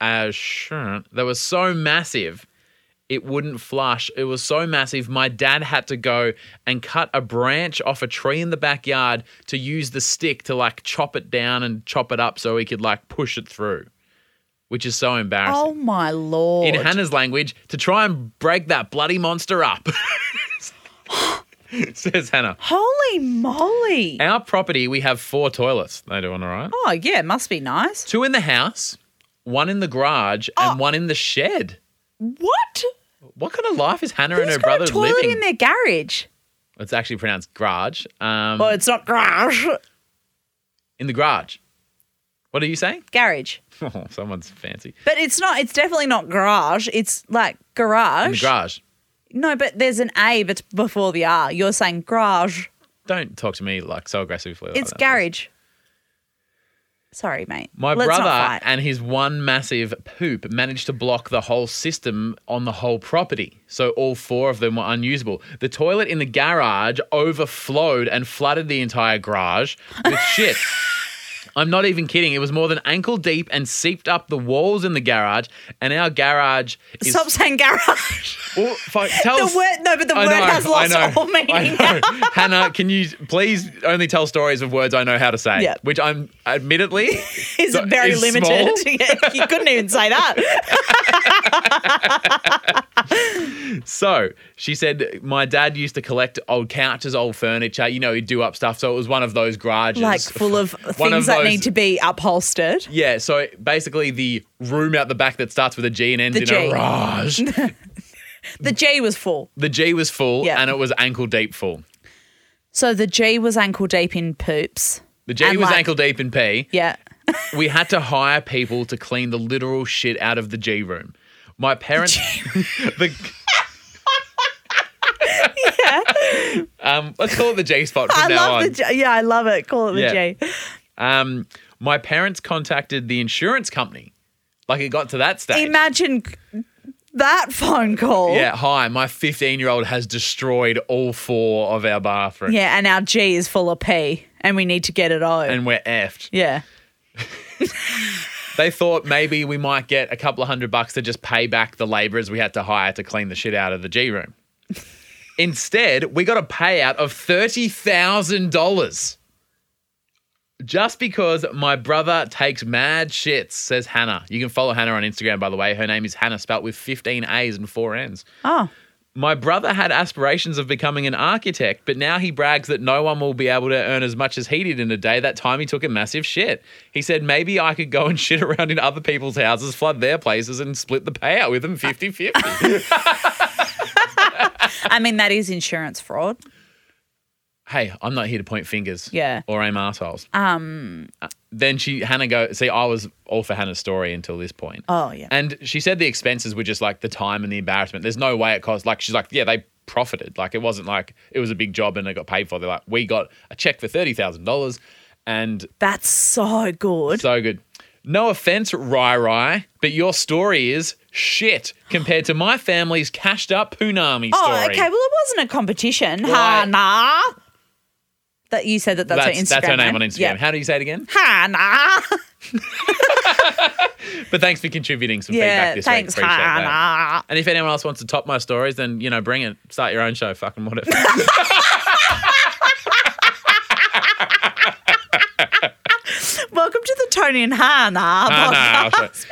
[SPEAKER 3] a shirt that was so massive it wouldn't flush. It was so massive, my dad had to go and cut a branch off a tree in the backyard to use the stick to like chop it down and chop it up so he could like push it through. which is so embarrassing.
[SPEAKER 2] Oh my lord!
[SPEAKER 3] In Hannah's language, to try and break that bloody monster up. <laughs> Says Hannah.
[SPEAKER 2] Holy moly!
[SPEAKER 3] Our property, we have four toilets. They doing all right?
[SPEAKER 2] Oh yeah, must be nice.
[SPEAKER 3] Two in the house, one in the garage, and
[SPEAKER 2] Oh.
[SPEAKER 3] one in the shed.
[SPEAKER 2] What?
[SPEAKER 3] What kind of life is Hannah and
[SPEAKER 2] Who's
[SPEAKER 3] her
[SPEAKER 2] got
[SPEAKER 3] brother
[SPEAKER 2] a toilet
[SPEAKER 3] living?
[SPEAKER 2] in their garage?
[SPEAKER 3] It's actually pronounced garage. Um,
[SPEAKER 2] Well, it's not garage.
[SPEAKER 3] in the garage. What are you saying? <laughs>
[SPEAKER 2] Garage.
[SPEAKER 3] Oh, someone's fancy.
[SPEAKER 2] But it's not. It's definitely not garage. It's like garage.
[SPEAKER 3] In the garage.
[SPEAKER 2] No, but there's an A bet- before the R. You're saying garage.
[SPEAKER 3] Don't talk to me like so aggressively. like
[SPEAKER 2] It's
[SPEAKER 3] that.
[SPEAKER 2] garage. Sorry, mate.
[SPEAKER 3] My
[SPEAKER 2] Let's
[SPEAKER 3] brother
[SPEAKER 2] Not fight.
[SPEAKER 3] and his one massive poop managed to block the whole system on the whole property. So all four of them were unusable. The toilet in the garage overflowed and flooded the entire garage
[SPEAKER 2] <laughs>
[SPEAKER 3] with shit. I'm not even kidding. It was more than ankle deep and seeped up the walls in the garage. And our garage is.
[SPEAKER 2] Stop saying garage. <laughs>
[SPEAKER 3] Oh, fuck, tell
[SPEAKER 2] The
[SPEAKER 3] us-
[SPEAKER 2] word- no, but the
[SPEAKER 3] I
[SPEAKER 2] word has lost
[SPEAKER 3] I know,
[SPEAKER 2] all meaning
[SPEAKER 3] I know. <laughs> Hannah, can you please only tell stories of words I know how to say?
[SPEAKER 2] Yep.
[SPEAKER 3] Which I'm admittedly
[SPEAKER 2] It's
[SPEAKER 3] so-
[SPEAKER 2] very
[SPEAKER 3] is
[SPEAKER 2] limited.
[SPEAKER 3] small.
[SPEAKER 2] <laughs> Yeah, you couldn't even say
[SPEAKER 3] <laughs>
[SPEAKER 2] that.
[SPEAKER 3] So she said, My dad used to collect old couches, old furniture. You know, he'd do up stuff. So it was one of those garages.
[SPEAKER 2] Like full of
[SPEAKER 3] One
[SPEAKER 2] things
[SPEAKER 3] of
[SPEAKER 2] that
[SPEAKER 3] those-
[SPEAKER 2] need to be upholstered.
[SPEAKER 3] Yeah. So basically, the room out the back that starts with a G and ends
[SPEAKER 2] The
[SPEAKER 3] in
[SPEAKER 2] G.
[SPEAKER 3] a
[SPEAKER 2] <laughs>
[SPEAKER 3] garage.
[SPEAKER 2] The G was full.
[SPEAKER 3] the G was full
[SPEAKER 2] Yeah.
[SPEAKER 3] and it was ankle deep full.
[SPEAKER 2] So the G was ankle deep in poops.
[SPEAKER 3] The G
[SPEAKER 2] And
[SPEAKER 3] was
[SPEAKER 2] like-
[SPEAKER 3] ankle deep in pee.
[SPEAKER 2] Yeah.
[SPEAKER 3] We had to hire people to clean the literal shit out of the G room. My parents, <laughs> the,
[SPEAKER 2] <laughs>
[SPEAKER 3] um, let's call it the G spot from
[SPEAKER 2] <laughs> I
[SPEAKER 3] now
[SPEAKER 2] love
[SPEAKER 3] on.
[SPEAKER 2] the G. Yeah, I love it. Call it the
[SPEAKER 3] Yeah.
[SPEAKER 2] G.
[SPEAKER 3] Um, my parents contacted the insurance company. Like it got to that stage.
[SPEAKER 2] Imagine that phone call.
[SPEAKER 3] yeah, hi, my 15 year old has destroyed all four of our bathrooms.
[SPEAKER 2] Yeah, and our G is full of P, and we need to get it out.
[SPEAKER 3] And we're effed.
[SPEAKER 2] yeah.
[SPEAKER 3] They thought maybe we might get a couple of hundred bucks to just pay back the laborers we had to hire to clean the shit out of the G room. Instead, we got a payout of $30,000 just because my brother takes mad shits, says Hannah. You can follow Hannah on Instagram, by the way. Her name is Hannah, spelt with 15 A's and four N's.
[SPEAKER 2] Oh.
[SPEAKER 3] My brother had aspirations of becoming an architect, but now he brags that no one will be able to earn as much as he did in a day that time he took a massive shit. He said, maybe I could go and <laughs> shit around in other people's houses, flood their places, and split the payout with them 50 50.
[SPEAKER 2] I mean, that is insurance fraud.
[SPEAKER 3] hey, I'm not here to point fingers.
[SPEAKER 2] Yeah.
[SPEAKER 3] Or aim arseholes. Um. Then she, Hannah go, see, I was all for Hannah's story until this point.
[SPEAKER 2] Oh, yeah.
[SPEAKER 3] And she said the expenses were just like the time and the embarrassment. There's no way it cost. Like she's like, yeah, they profited. Like it wasn't like it was a big job and it got paid for. They're like, we got a check for thirty thousand dollars, and
[SPEAKER 2] That's so good.
[SPEAKER 3] so good. No offense, Rai Rai, but your story is shit compared to my family's cashed up punami story.
[SPEAKER 2] oh, okay. Well, it wasn't a competition.
[SPEAKER 3] Why-
[SPEAKER 2] Ha nah. That you said that that's, her Instagram.
[SPEAKER 3] that's her name on
[SPEAKER 2] name.
[SPEAKER 3] Instagram.
[SPEAKER 2] Yeah.
[SPEAKER 3] How do you say it again?
[SPEAKER 2] Ha nah.
[SPEAKER 3] But thanks for contributing some
[SPEAKER 2] Yeah.
[SPEAKER 3] feedback this
[SPEAKER 2] Thanks.
[SPEAKER 3] week. Appreciate that.
[SPEAKER 2] Ha
[SPEAKER 3] And if anyone else wants to top my stories, then you know, bring it. Start your own show, fucking whatever.
[SPEAKER 2] <laughs> nah. Welcome to the Tony and Ha nah.
[SPEAKER 3] Ah, no, I'll show-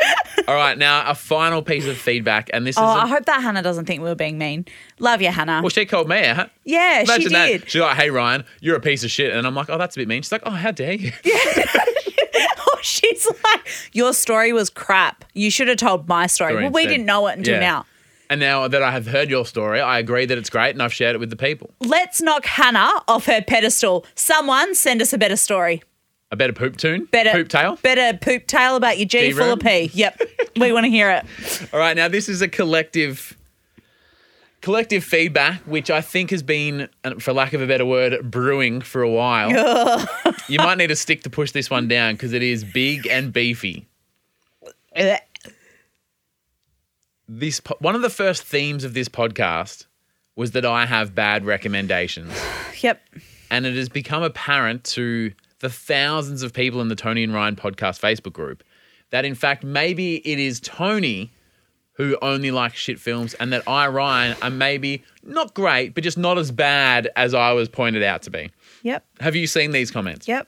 [SPEAKER 3] All right, now a final piece of feedback, and this
[SPEAKER 2] Oh,
[SPEAKER 3] is. a-
[SPEAKER 2] I hope that Hannah doesn't think we were being mean. Love you, Hannah.
[SPEAKER 3] well, she called me out.
[SPEAKER 2] yeah, she
[SPEAKER 3] Imagine
[SPEAKER 2] did.
[SPEAKER 3] that. She's like, "Hey Ryan, you're a piece of shit," and I'm like, "Oh, that's a bit mean." She's like, "Oh, how dare you?"
[SPEAKER 2] <laughs> Oh, she's like, your story was crap. You should have told my story.
[SPEAKER 3] Story
[SPEAKER 2] well, we
[SPEAKER 3] instead.
[SPEAKER 2] didn't know it until
[SPEAKER 3] Yeah.
[SPEAKER 2] now.
[SPEAKER 3] And now that I have heard your story, I agree that it's great, and I've shared it with the people.
[SPEAKER 2] Let's knock Hannah off her pedestal. Someone send us a better story.
[SPEAKER 3] A better poop tune,
[SPEAKER 2] Better
[SPEAKER 3] poop tail.
[SPEAKER 2] Better poop tale about your G
[SPEAKER 3] G
[SPEAKER 2] full of
[SPEAKER 3] room?
[SPEAKER 2] P. Yep. we want to hear it.
[SPEAKER 3] All right, now this is a collective. Collective feedback, which I think has been, and for lack of a better word, brewing for a while. you might need a stick to push this one down because it is big and beefy.
[SPEAKER 2] Ugh.
[SPEAKER 3] this po- one of the first themes of this podcast was that I have bad recommendations,
[SPEAKER 2] Yep.
[SPEAKER 3] and it has become apparent to the thousands of people in the Tony and Ryan podcast Facebook group that in fact maybe it is Tony who only likes shit films, and that I Ryan are maybe not great, but just not as bad as I was pointed out to be.
[SPEAKER 2] Yep.
[SPEAKER 3] Have you seen these comments?
[SPEAKER 2] Yep.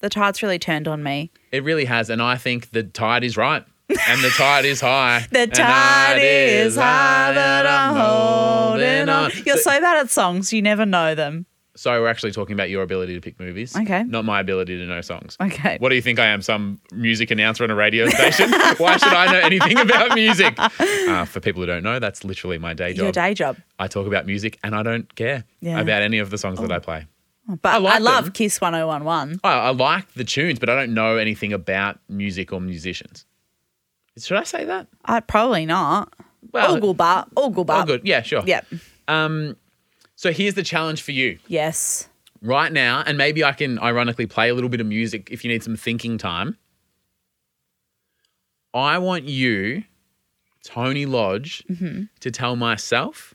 [SPEAKER 2] The tide's really turned on me.
[SPEAKER 3] It really has, and I think the tide is right. and the tide is high.
[SPEAKER 2] <laughs> The
[SPEAKER 3] And
[SPEAKER 2] tide
[SPEAKER 3] it
[SPEAKER 2] is high that I'm holding on. You're so bad at songs, you never know them.
[SPEAKER 3] Sorry, we're actually talking about your ability to pick movies.
[SPEAKER 2] Okay.
[SPEAKER 3] Not my ability to know songs.
[SPEAKER 2] Okay.
[SPEAKER 3] What do you think I am? Some music announcer on a radio
[SPEAKER 2] <laughs>
[SPEAKER 3] station? Why should I know anything about music? Uh, for people who don't know, that's literally my day job.
[SPEAKER 2] Your day job.
[SPEAKER 3] I talk about music and I don't care
[SPEAKER 2] Yeah. Oh.
[SPEAKER 3] about any of the songs that I play.
[SPEAKER 2] But I,
[SPEAKER 3] like
[SPEAKER 2] love
[SPEAKER 3] them.
[SPEAKER 2] Kiss 1011.
[SPEAKER 3] I, I like the tunes, but I don't know anything about music or musicians. Should I say that?
[SPEAKER 2] I probably not.
[SPEAKER 3] Well-
[SPEAKER 2] Ooglebar. Ooglebar.
[SPEAKER 3] oh, good. Yeah, sure.
[SPEAKER 2] Yep.
[SPEAKER 3] Um, so here's the challenge for you
[SPEAKER 2] Yes.
[SPEAKER 3] right now, and maybe I can ironically play a little bit of music if you need some thinking time. I want you, Tony Lodge, to tell myself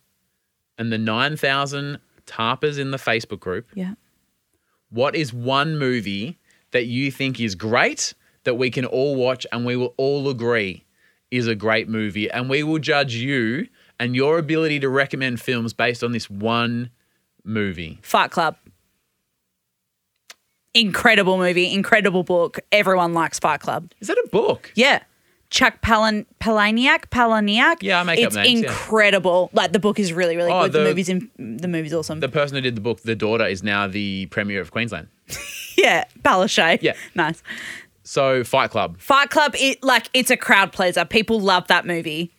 [SPEAKER 3] and the 9,000 tarpers in the Facebook group
[SPEAKER 2] Yeah.
[SPEAKER 3] what is one movie that you think is great that we can all watch and we will all agree is a great movie? And we will judge you and your ability to recommend films based on this one movie.
[SPEAKER 2] Fight Club. Incredible movie, incredible book. Everyone likes Fight Club.
[SPEAKER 3] Is that a book?
[SPEAKER 2] Yeah. Chuck Palin- Palahniuk, Palahniuk.
[SPEAKER 3] Yeah, I make up
[SPEAKER 2] it's
[SPEAKER 3] names, yeah.
[SPEAKER 2] incredible. Like the book is really, really
[SPEAKER 3] Oh,
[SPEAKER 2] good. The,
[SPEAKER 3] the-
[SPEAKER 2] movie's in, the movie's awesome.
[SPEAKER 3] The person who did the book, the daughter, is now the premier of Queensland.
[SPEAKER 2] <laughs> yeah, Palaszczuk.
[SPEAKER 3] Yeah.
[SPEAKER 2] nice.
[SPEAKER 3] So Fight Club.
[SPEAKER 2] Fight Club. It like it's a crowd pleaser. People love that movie.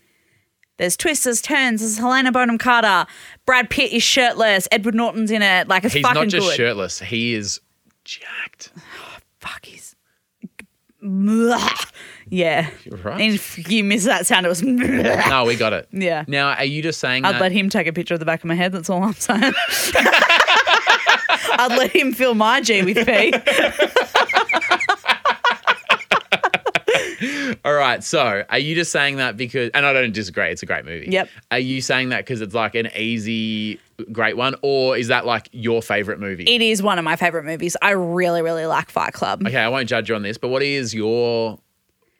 [SPEAKER 2] There's twists, there's turns. There's Helena Bonham Carter. Brad Pitt is shirtless. Edward Norton's in it. Like it's
[SPEAKER 3] He's
[SPEAKER 2] fucking
[SPEAKER 3] not just
[SPEAKER 2] good.
[SPEAKER 3] shirtless. He is jacked.
[SPEAKER 2] Fuck, he's. <laughs> Yeah.
[SPEAKER 3] You're right.
[SPEAKER 2] And if you miss that sound, it was. <laughs> I'd
[SPEAKER 3] <laughs> No, we got it.
[SPEAKER 2] Yeah. Uh,
[SPEAKER 3] Now, are you just saying that?
[SPEAKER 2] let him take a picture of the back of my head. That's all I'm
[SPEAKER 3] <laughs>
[SPEAKER 2] saying. I'd let him fill my G with P.
[SPEAKER 3] All right. So, are you just saying that because? And I don't disagree. It's a great movie.
[SPEAKER 2] Yep.
[SPEAKER 3] Are you saying that because it's like an easy, great one, or is that like your favorite movie?
[SPEAKER 2] It is one of my favorite movies. I really, really like Fight Club.
[SPEAKER 3] okay, I won't judge you on this, but what is your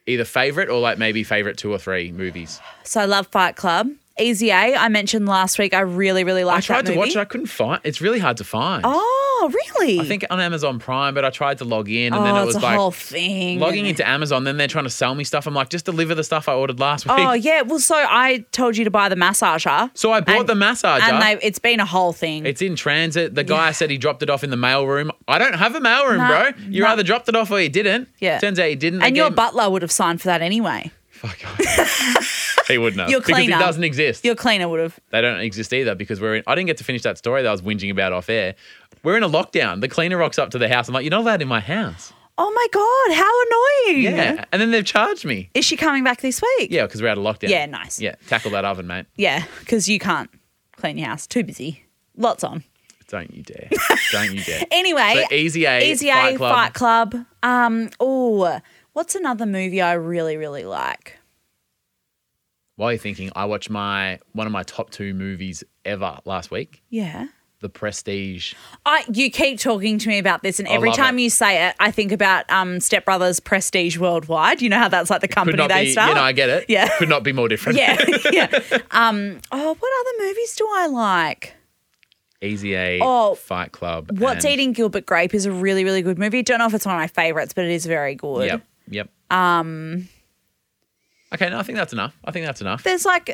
[SPEAKER 3] either favorite or like maybe favorite two or three movies?
[SPEAKER 2] So I love Fight Club. Easy A, I mentioned last week. I really, really like
[SPEAKER 3] I tried
[SPEAKER 2] that
[SPEAKER 3] to
[SPEAKER 2] movie.
[SPEAKER 3] watch it. I couldn't find. It's really hard to find.
[SPEAKER 2] Oh, really?
[SPEAKER 3] I think on Amazon Prime, but I tried to log in and
[SPEAKER 2] oh,
[SPEAKER 3] then it was
[SPEAKER 2] it's a
[SPEAKER 3] like
[SPEAKER 2] whole thing.
[SPEAKER 3] logging into Amazon. Then they're trying to sell me stuff. I'm like, just deliver the stuff I ordered last week.
[SPEAKER 2] Oh yeah. Well, so I told you to buy the massager.
[SPEAKER 3] So I
[SPEAKER 2] And-
[SPEAKER 3] bought the massager.
[SPEAKER 2] and they, it's been a whole thing.
[SPEAKER 3] It's in transit. The guy said he dropped it off in the mailroom. I don't have a mailroom,
[SPEAKER 2] No,
[SPEAKER 3] bro. You
[SPEAKER 2] no.
[SPEAKER 3] either dropped it off or you didn't.
[SPEAKER 2] Yeah.
[SPEAKER 3] Turns out he didn't.
[SPEAKER 2] and
[SPEAKER 3] They
[SPEAKER 2] your
[SPEAKER 3] gave-
[SPEAKER 2] butler would have signed for that anyway.
[SPEAKER 3] Fuck. he wouldn't have.
[SPEAKER 2] Your
[SPEAKER 3] because he
[SPEAKER 2] cleaner.
[SPEAKER 3] doesn't exist.
[SPEAKER 2] Your cleaner would have.
[SPEAKER 3] They don't exist either because we're in. I didn't get to finish that story that I was whinging about off air. We're in a lockdown. The cleaner rocks up to the house. I'm like, you're not allowed in my house.
[SPEAKER 2] Oh my god! How annoying.
[SPEAKER 3] And then they've charged me.
[SPEAKER 2] Is she coming back this week?
[SPEAKER 3] Yeah, because we're out of lockdown.
[SPEAKER 2] Yeah, nice.
[SPEAKER 3] Yeah, tackle that oven, mate.
[SPEAKER 2] Yeah. Because you can't clean your house. Too busy. Lots on.
[SPEAKER 3] Don't you dare. don't you dare.
[SPEAKER 2] <laughs> Anyway.
[SPEAKER 3] So Easy A,
[SPEAKER 2] Easy A,
[SPEAKER 3] Fight Club.
[SPEAKER 2] Fight Club. Um. Oh, what's another movie I really, really like?
[SPEAKER 3] While you're thinking, I watched my one of my top two movies ever last week,
[SPEAKER 2] Yeah.
[SPEAKER 3] The Prestige.
[SPEAKER 2] I, you keep talking to me about this, and every
[SPEAKER 3] love
[SPEAKER 2] time
[SPEAKER 3] it.
[SPEAKER 2] you say it, I think about um, Step Brothers Prestige Worldwide. You know how that's like the
[SPEAKER 3] could
[SPEAKER 2] company
[SPEAKER 3] not
[SPEAKER 2] they
[SPEAKER 3] be,
[SPEAKER 2] start.
[SPEAKER 3] You know, I get it.
[SPEAKER 2] <laughs> Yeah.
[SPEAKER 3] Could not be more different.
[SPEAKER 2] yeah, <laughs> yeah. Um, oh, what other movies do I like?
[SPEAKER 3] <laughs> Easy A,
[SPEAKER 2] Oh,
[SPEAKER 3] Fight Club.
[SPEAKER 2] What's
[SPEAKER 3] and-
[SPEAKER 2] Eating Gilbert Grape is a really, really good movie. Don't know if it's one of my favorites, but it is very good.
[SPEAKER 3] Yep. Yep. Um. Okay, no, I think that's enough. I think that's enough.
[SPEAKER 2] There's like,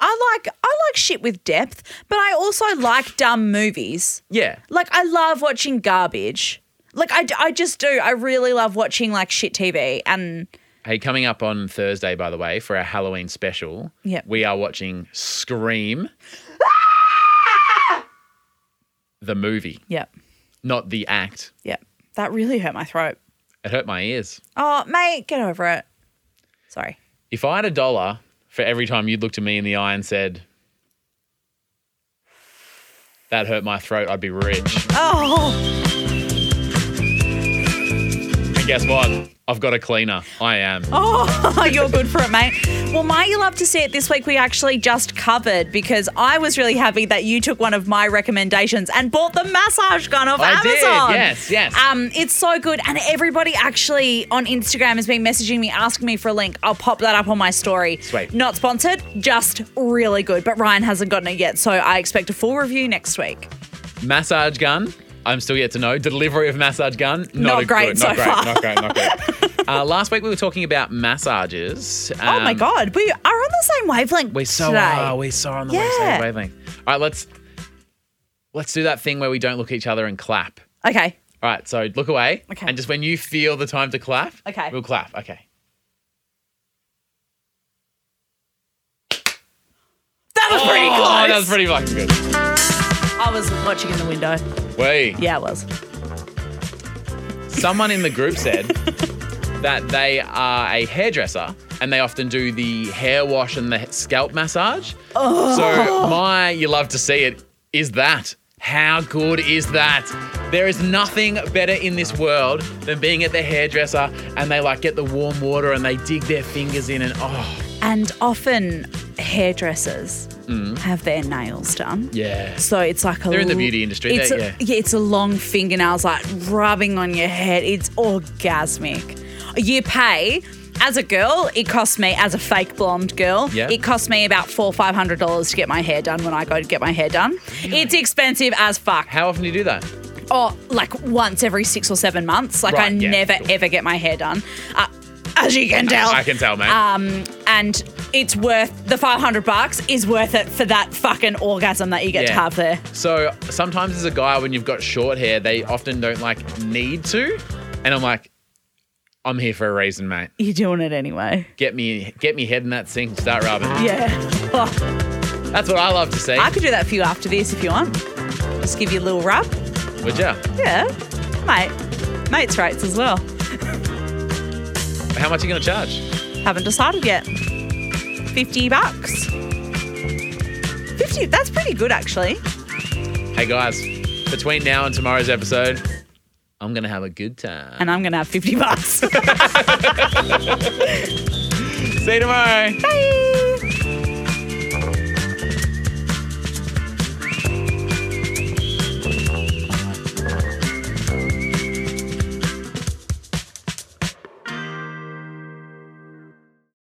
[SPEAKER 2] I like, I like shit with depth, but I also like dumb movies.
[SPEAKER 3] yeah.
[SPEAKER 2] Like, I love watching garbage. Like, I, I just do. I really love watching like shit TV and.
[SPEAKER 3] Hey, coming up on Thursday, by the way, for our Halloween special,
[SPEAKER 2] Yep.
[SPEAKER 3] we are watching
[SPEAKER 2] <laughs>
[SPEAKER 3] Scream, the movie,
[SPEAKER 2] Yep.
[SPEAKER 3] not the act.
[SPEAKER 2] Yep. That really hurt my throat.
[SPEAKER 3] It hurt my ears.
[SPEAKER 2] Oh, mate, get over it. Sorry.
[SPEAKER 3] If I had a dollar for every time you'd looked at me in the eye and said, that hurt my throat, I'd be rich.
[SPEAKER 2] Oh,
[SPEAKER 3] And guess what? I've got a cleaner. I am.
[SPEAKER 2] oh, <laughs> you're good for it, mate. Well, my You Love to See It this week, we actually just covered because I was really happy that you took one of my recommendations and bought the massage gun off
[SPEAKER 3] I
[SPEAKER 2] Amazon.
[SPEAKER 3] did. Yes, yes.
[SPEAKER 2] Um, it's so good. And everybody actually on Instagram has been messaging me, asking me for a link. I'll pop that up on my story.
[SPEAKER 3] Sweet.
[SPEAKER 2] Not sponsored, just really good. But Ryan hasn't gotten it yet. So I expect a full review next week.
[SPEAKER 3] massage gun. I'm still yet to know. Delivery of massage gun. Not,
[SPEAKER 2] Not
[SPEAKER 3] a
[SPEAKER 2] great
[SPEAKER 3] good,
[SPEAKER 2] so
[SPEAKER 3] not great,
[SPEAKER 2] far.
[SPEAKER 3] Not great. <laughs> Not great. Uh, last week we were talking about massages.
[SPEAKER 2] oh my
[SPEAKER 3] Um,
[SPEAKER 2] God, we are on the same wavelength.
[SPEAKER 3] We so
[SPEAKER 2] today.
[SPEAKER 3] are. We so are on the same
[SPEAKER 2] Yeah.
[SPEAKER 3] wavelength. All right, let's let's do that thing where we don't look at each other and clap.
[SPEAKER 2] Okay.
[SPEAKER 3] All right, so look away.
[SPEAKER 2] Okay.
[SPEAKER 3] And just when you feel the time to clap,
[SPEAKER 2] Okay.
[SPEAKER 3] we'll clap. Okay.
[SPEAKER 2] That was pretty close.
[SPEAKER 3] Oh, that was pretty fucking good.
[SPEAKER 2] I was watching in the window.
[SPEAKER 3] Wait.
[SPEAKER 2] Yeah, I was.
[SPEAKER 3] Someone in the group
[SPEAKER 2] <laughs>
[SPEAKER 3] said that they are a hairdresser and they often do the hair wash and the scalp massage.
[SPEAKER 2] Oh.
[SPEAKER 3] So my you love to see it is that. How good is that? There is nothing better in this world than being at the hairdresser and they like get the warm water and they dig their fingers in and oh
[SPEAKER 2] And often hairdressers have their nails done.
[SPEAKER 3] Mm. yeah.
[SPEAKER 2] So it's like a
[SPEAKER 3] They're in the
[SPEAKER 2] l-
[SPEAKER 3] beauty industry,
[SPEAKER 2] It's
[SPEAKER 3] they-
[SPEAKER 2] a,
[SPEAKER 3] yeah.
[SPEAKER 2] it's a long fingernails like rubbing on your head. It's orgasmic. You pay as a girl. It cost me as a fake blonde girl.
[SPEAKER 3] Yeah.
[SPEAKER 2] It cost me about four five hundred dollars to get my hair done when I go to get my hair done. It's expensive as fuck.
[SPEAKER 3] How often do you do that?
[SPEAKER 2] Oh, like once every six or seven months. Like
[SPEAKER 3] Right,
[SPEAKER 2] I
[SPEAKER 3] yeah,
[SPEAKER 2] never
[SPEAKER 3] cool.
[SPEAKER 2] ever get my hair done. Uh, as you can tell,
[SPEAKER 3] I can tell, mate.
[SPEAKER 2] um, and it's worth the 500 bucks is worth it for that fucking orgasm that you get to
[SPEAKER 3] Yeah.
[SPEAKER 2] have there.
[SPEAKER 3] So sometimes as a guy, when you've got short hair, they often don't like need to, and I'm like, I'm here for a reason, mate.
[SPEAKER 2] You're doing it anyway.
[SPEAKER 3] Get me, get me head in that sink, and start rubbing.
[SPEAKER 2] Yeah. Oh,
[SPEAKER 3] That's what I love to see.
[SPEAKER 2] I could do that for you after this if you want. Just give you a little rub.
[SPEAKER 3] Would ya?
[SPEAKER 2] Yeah. Mate. Mates rates as well.
[SPEAKER 3] How much are you gonna charge?
[SPEAKER 2] Haven't decided yet. 50 bucks. 50, that's pretty good actually.
[SPEAKER 3] Hey guys, between now and tomorrow's episode, I'm gonna have a good time.
[SPEAKER 2] And I'm going to <laughs> have 50 bucks.
[SPEAKER 3] See you tomorrow.
[SPEAKER 2] Bye.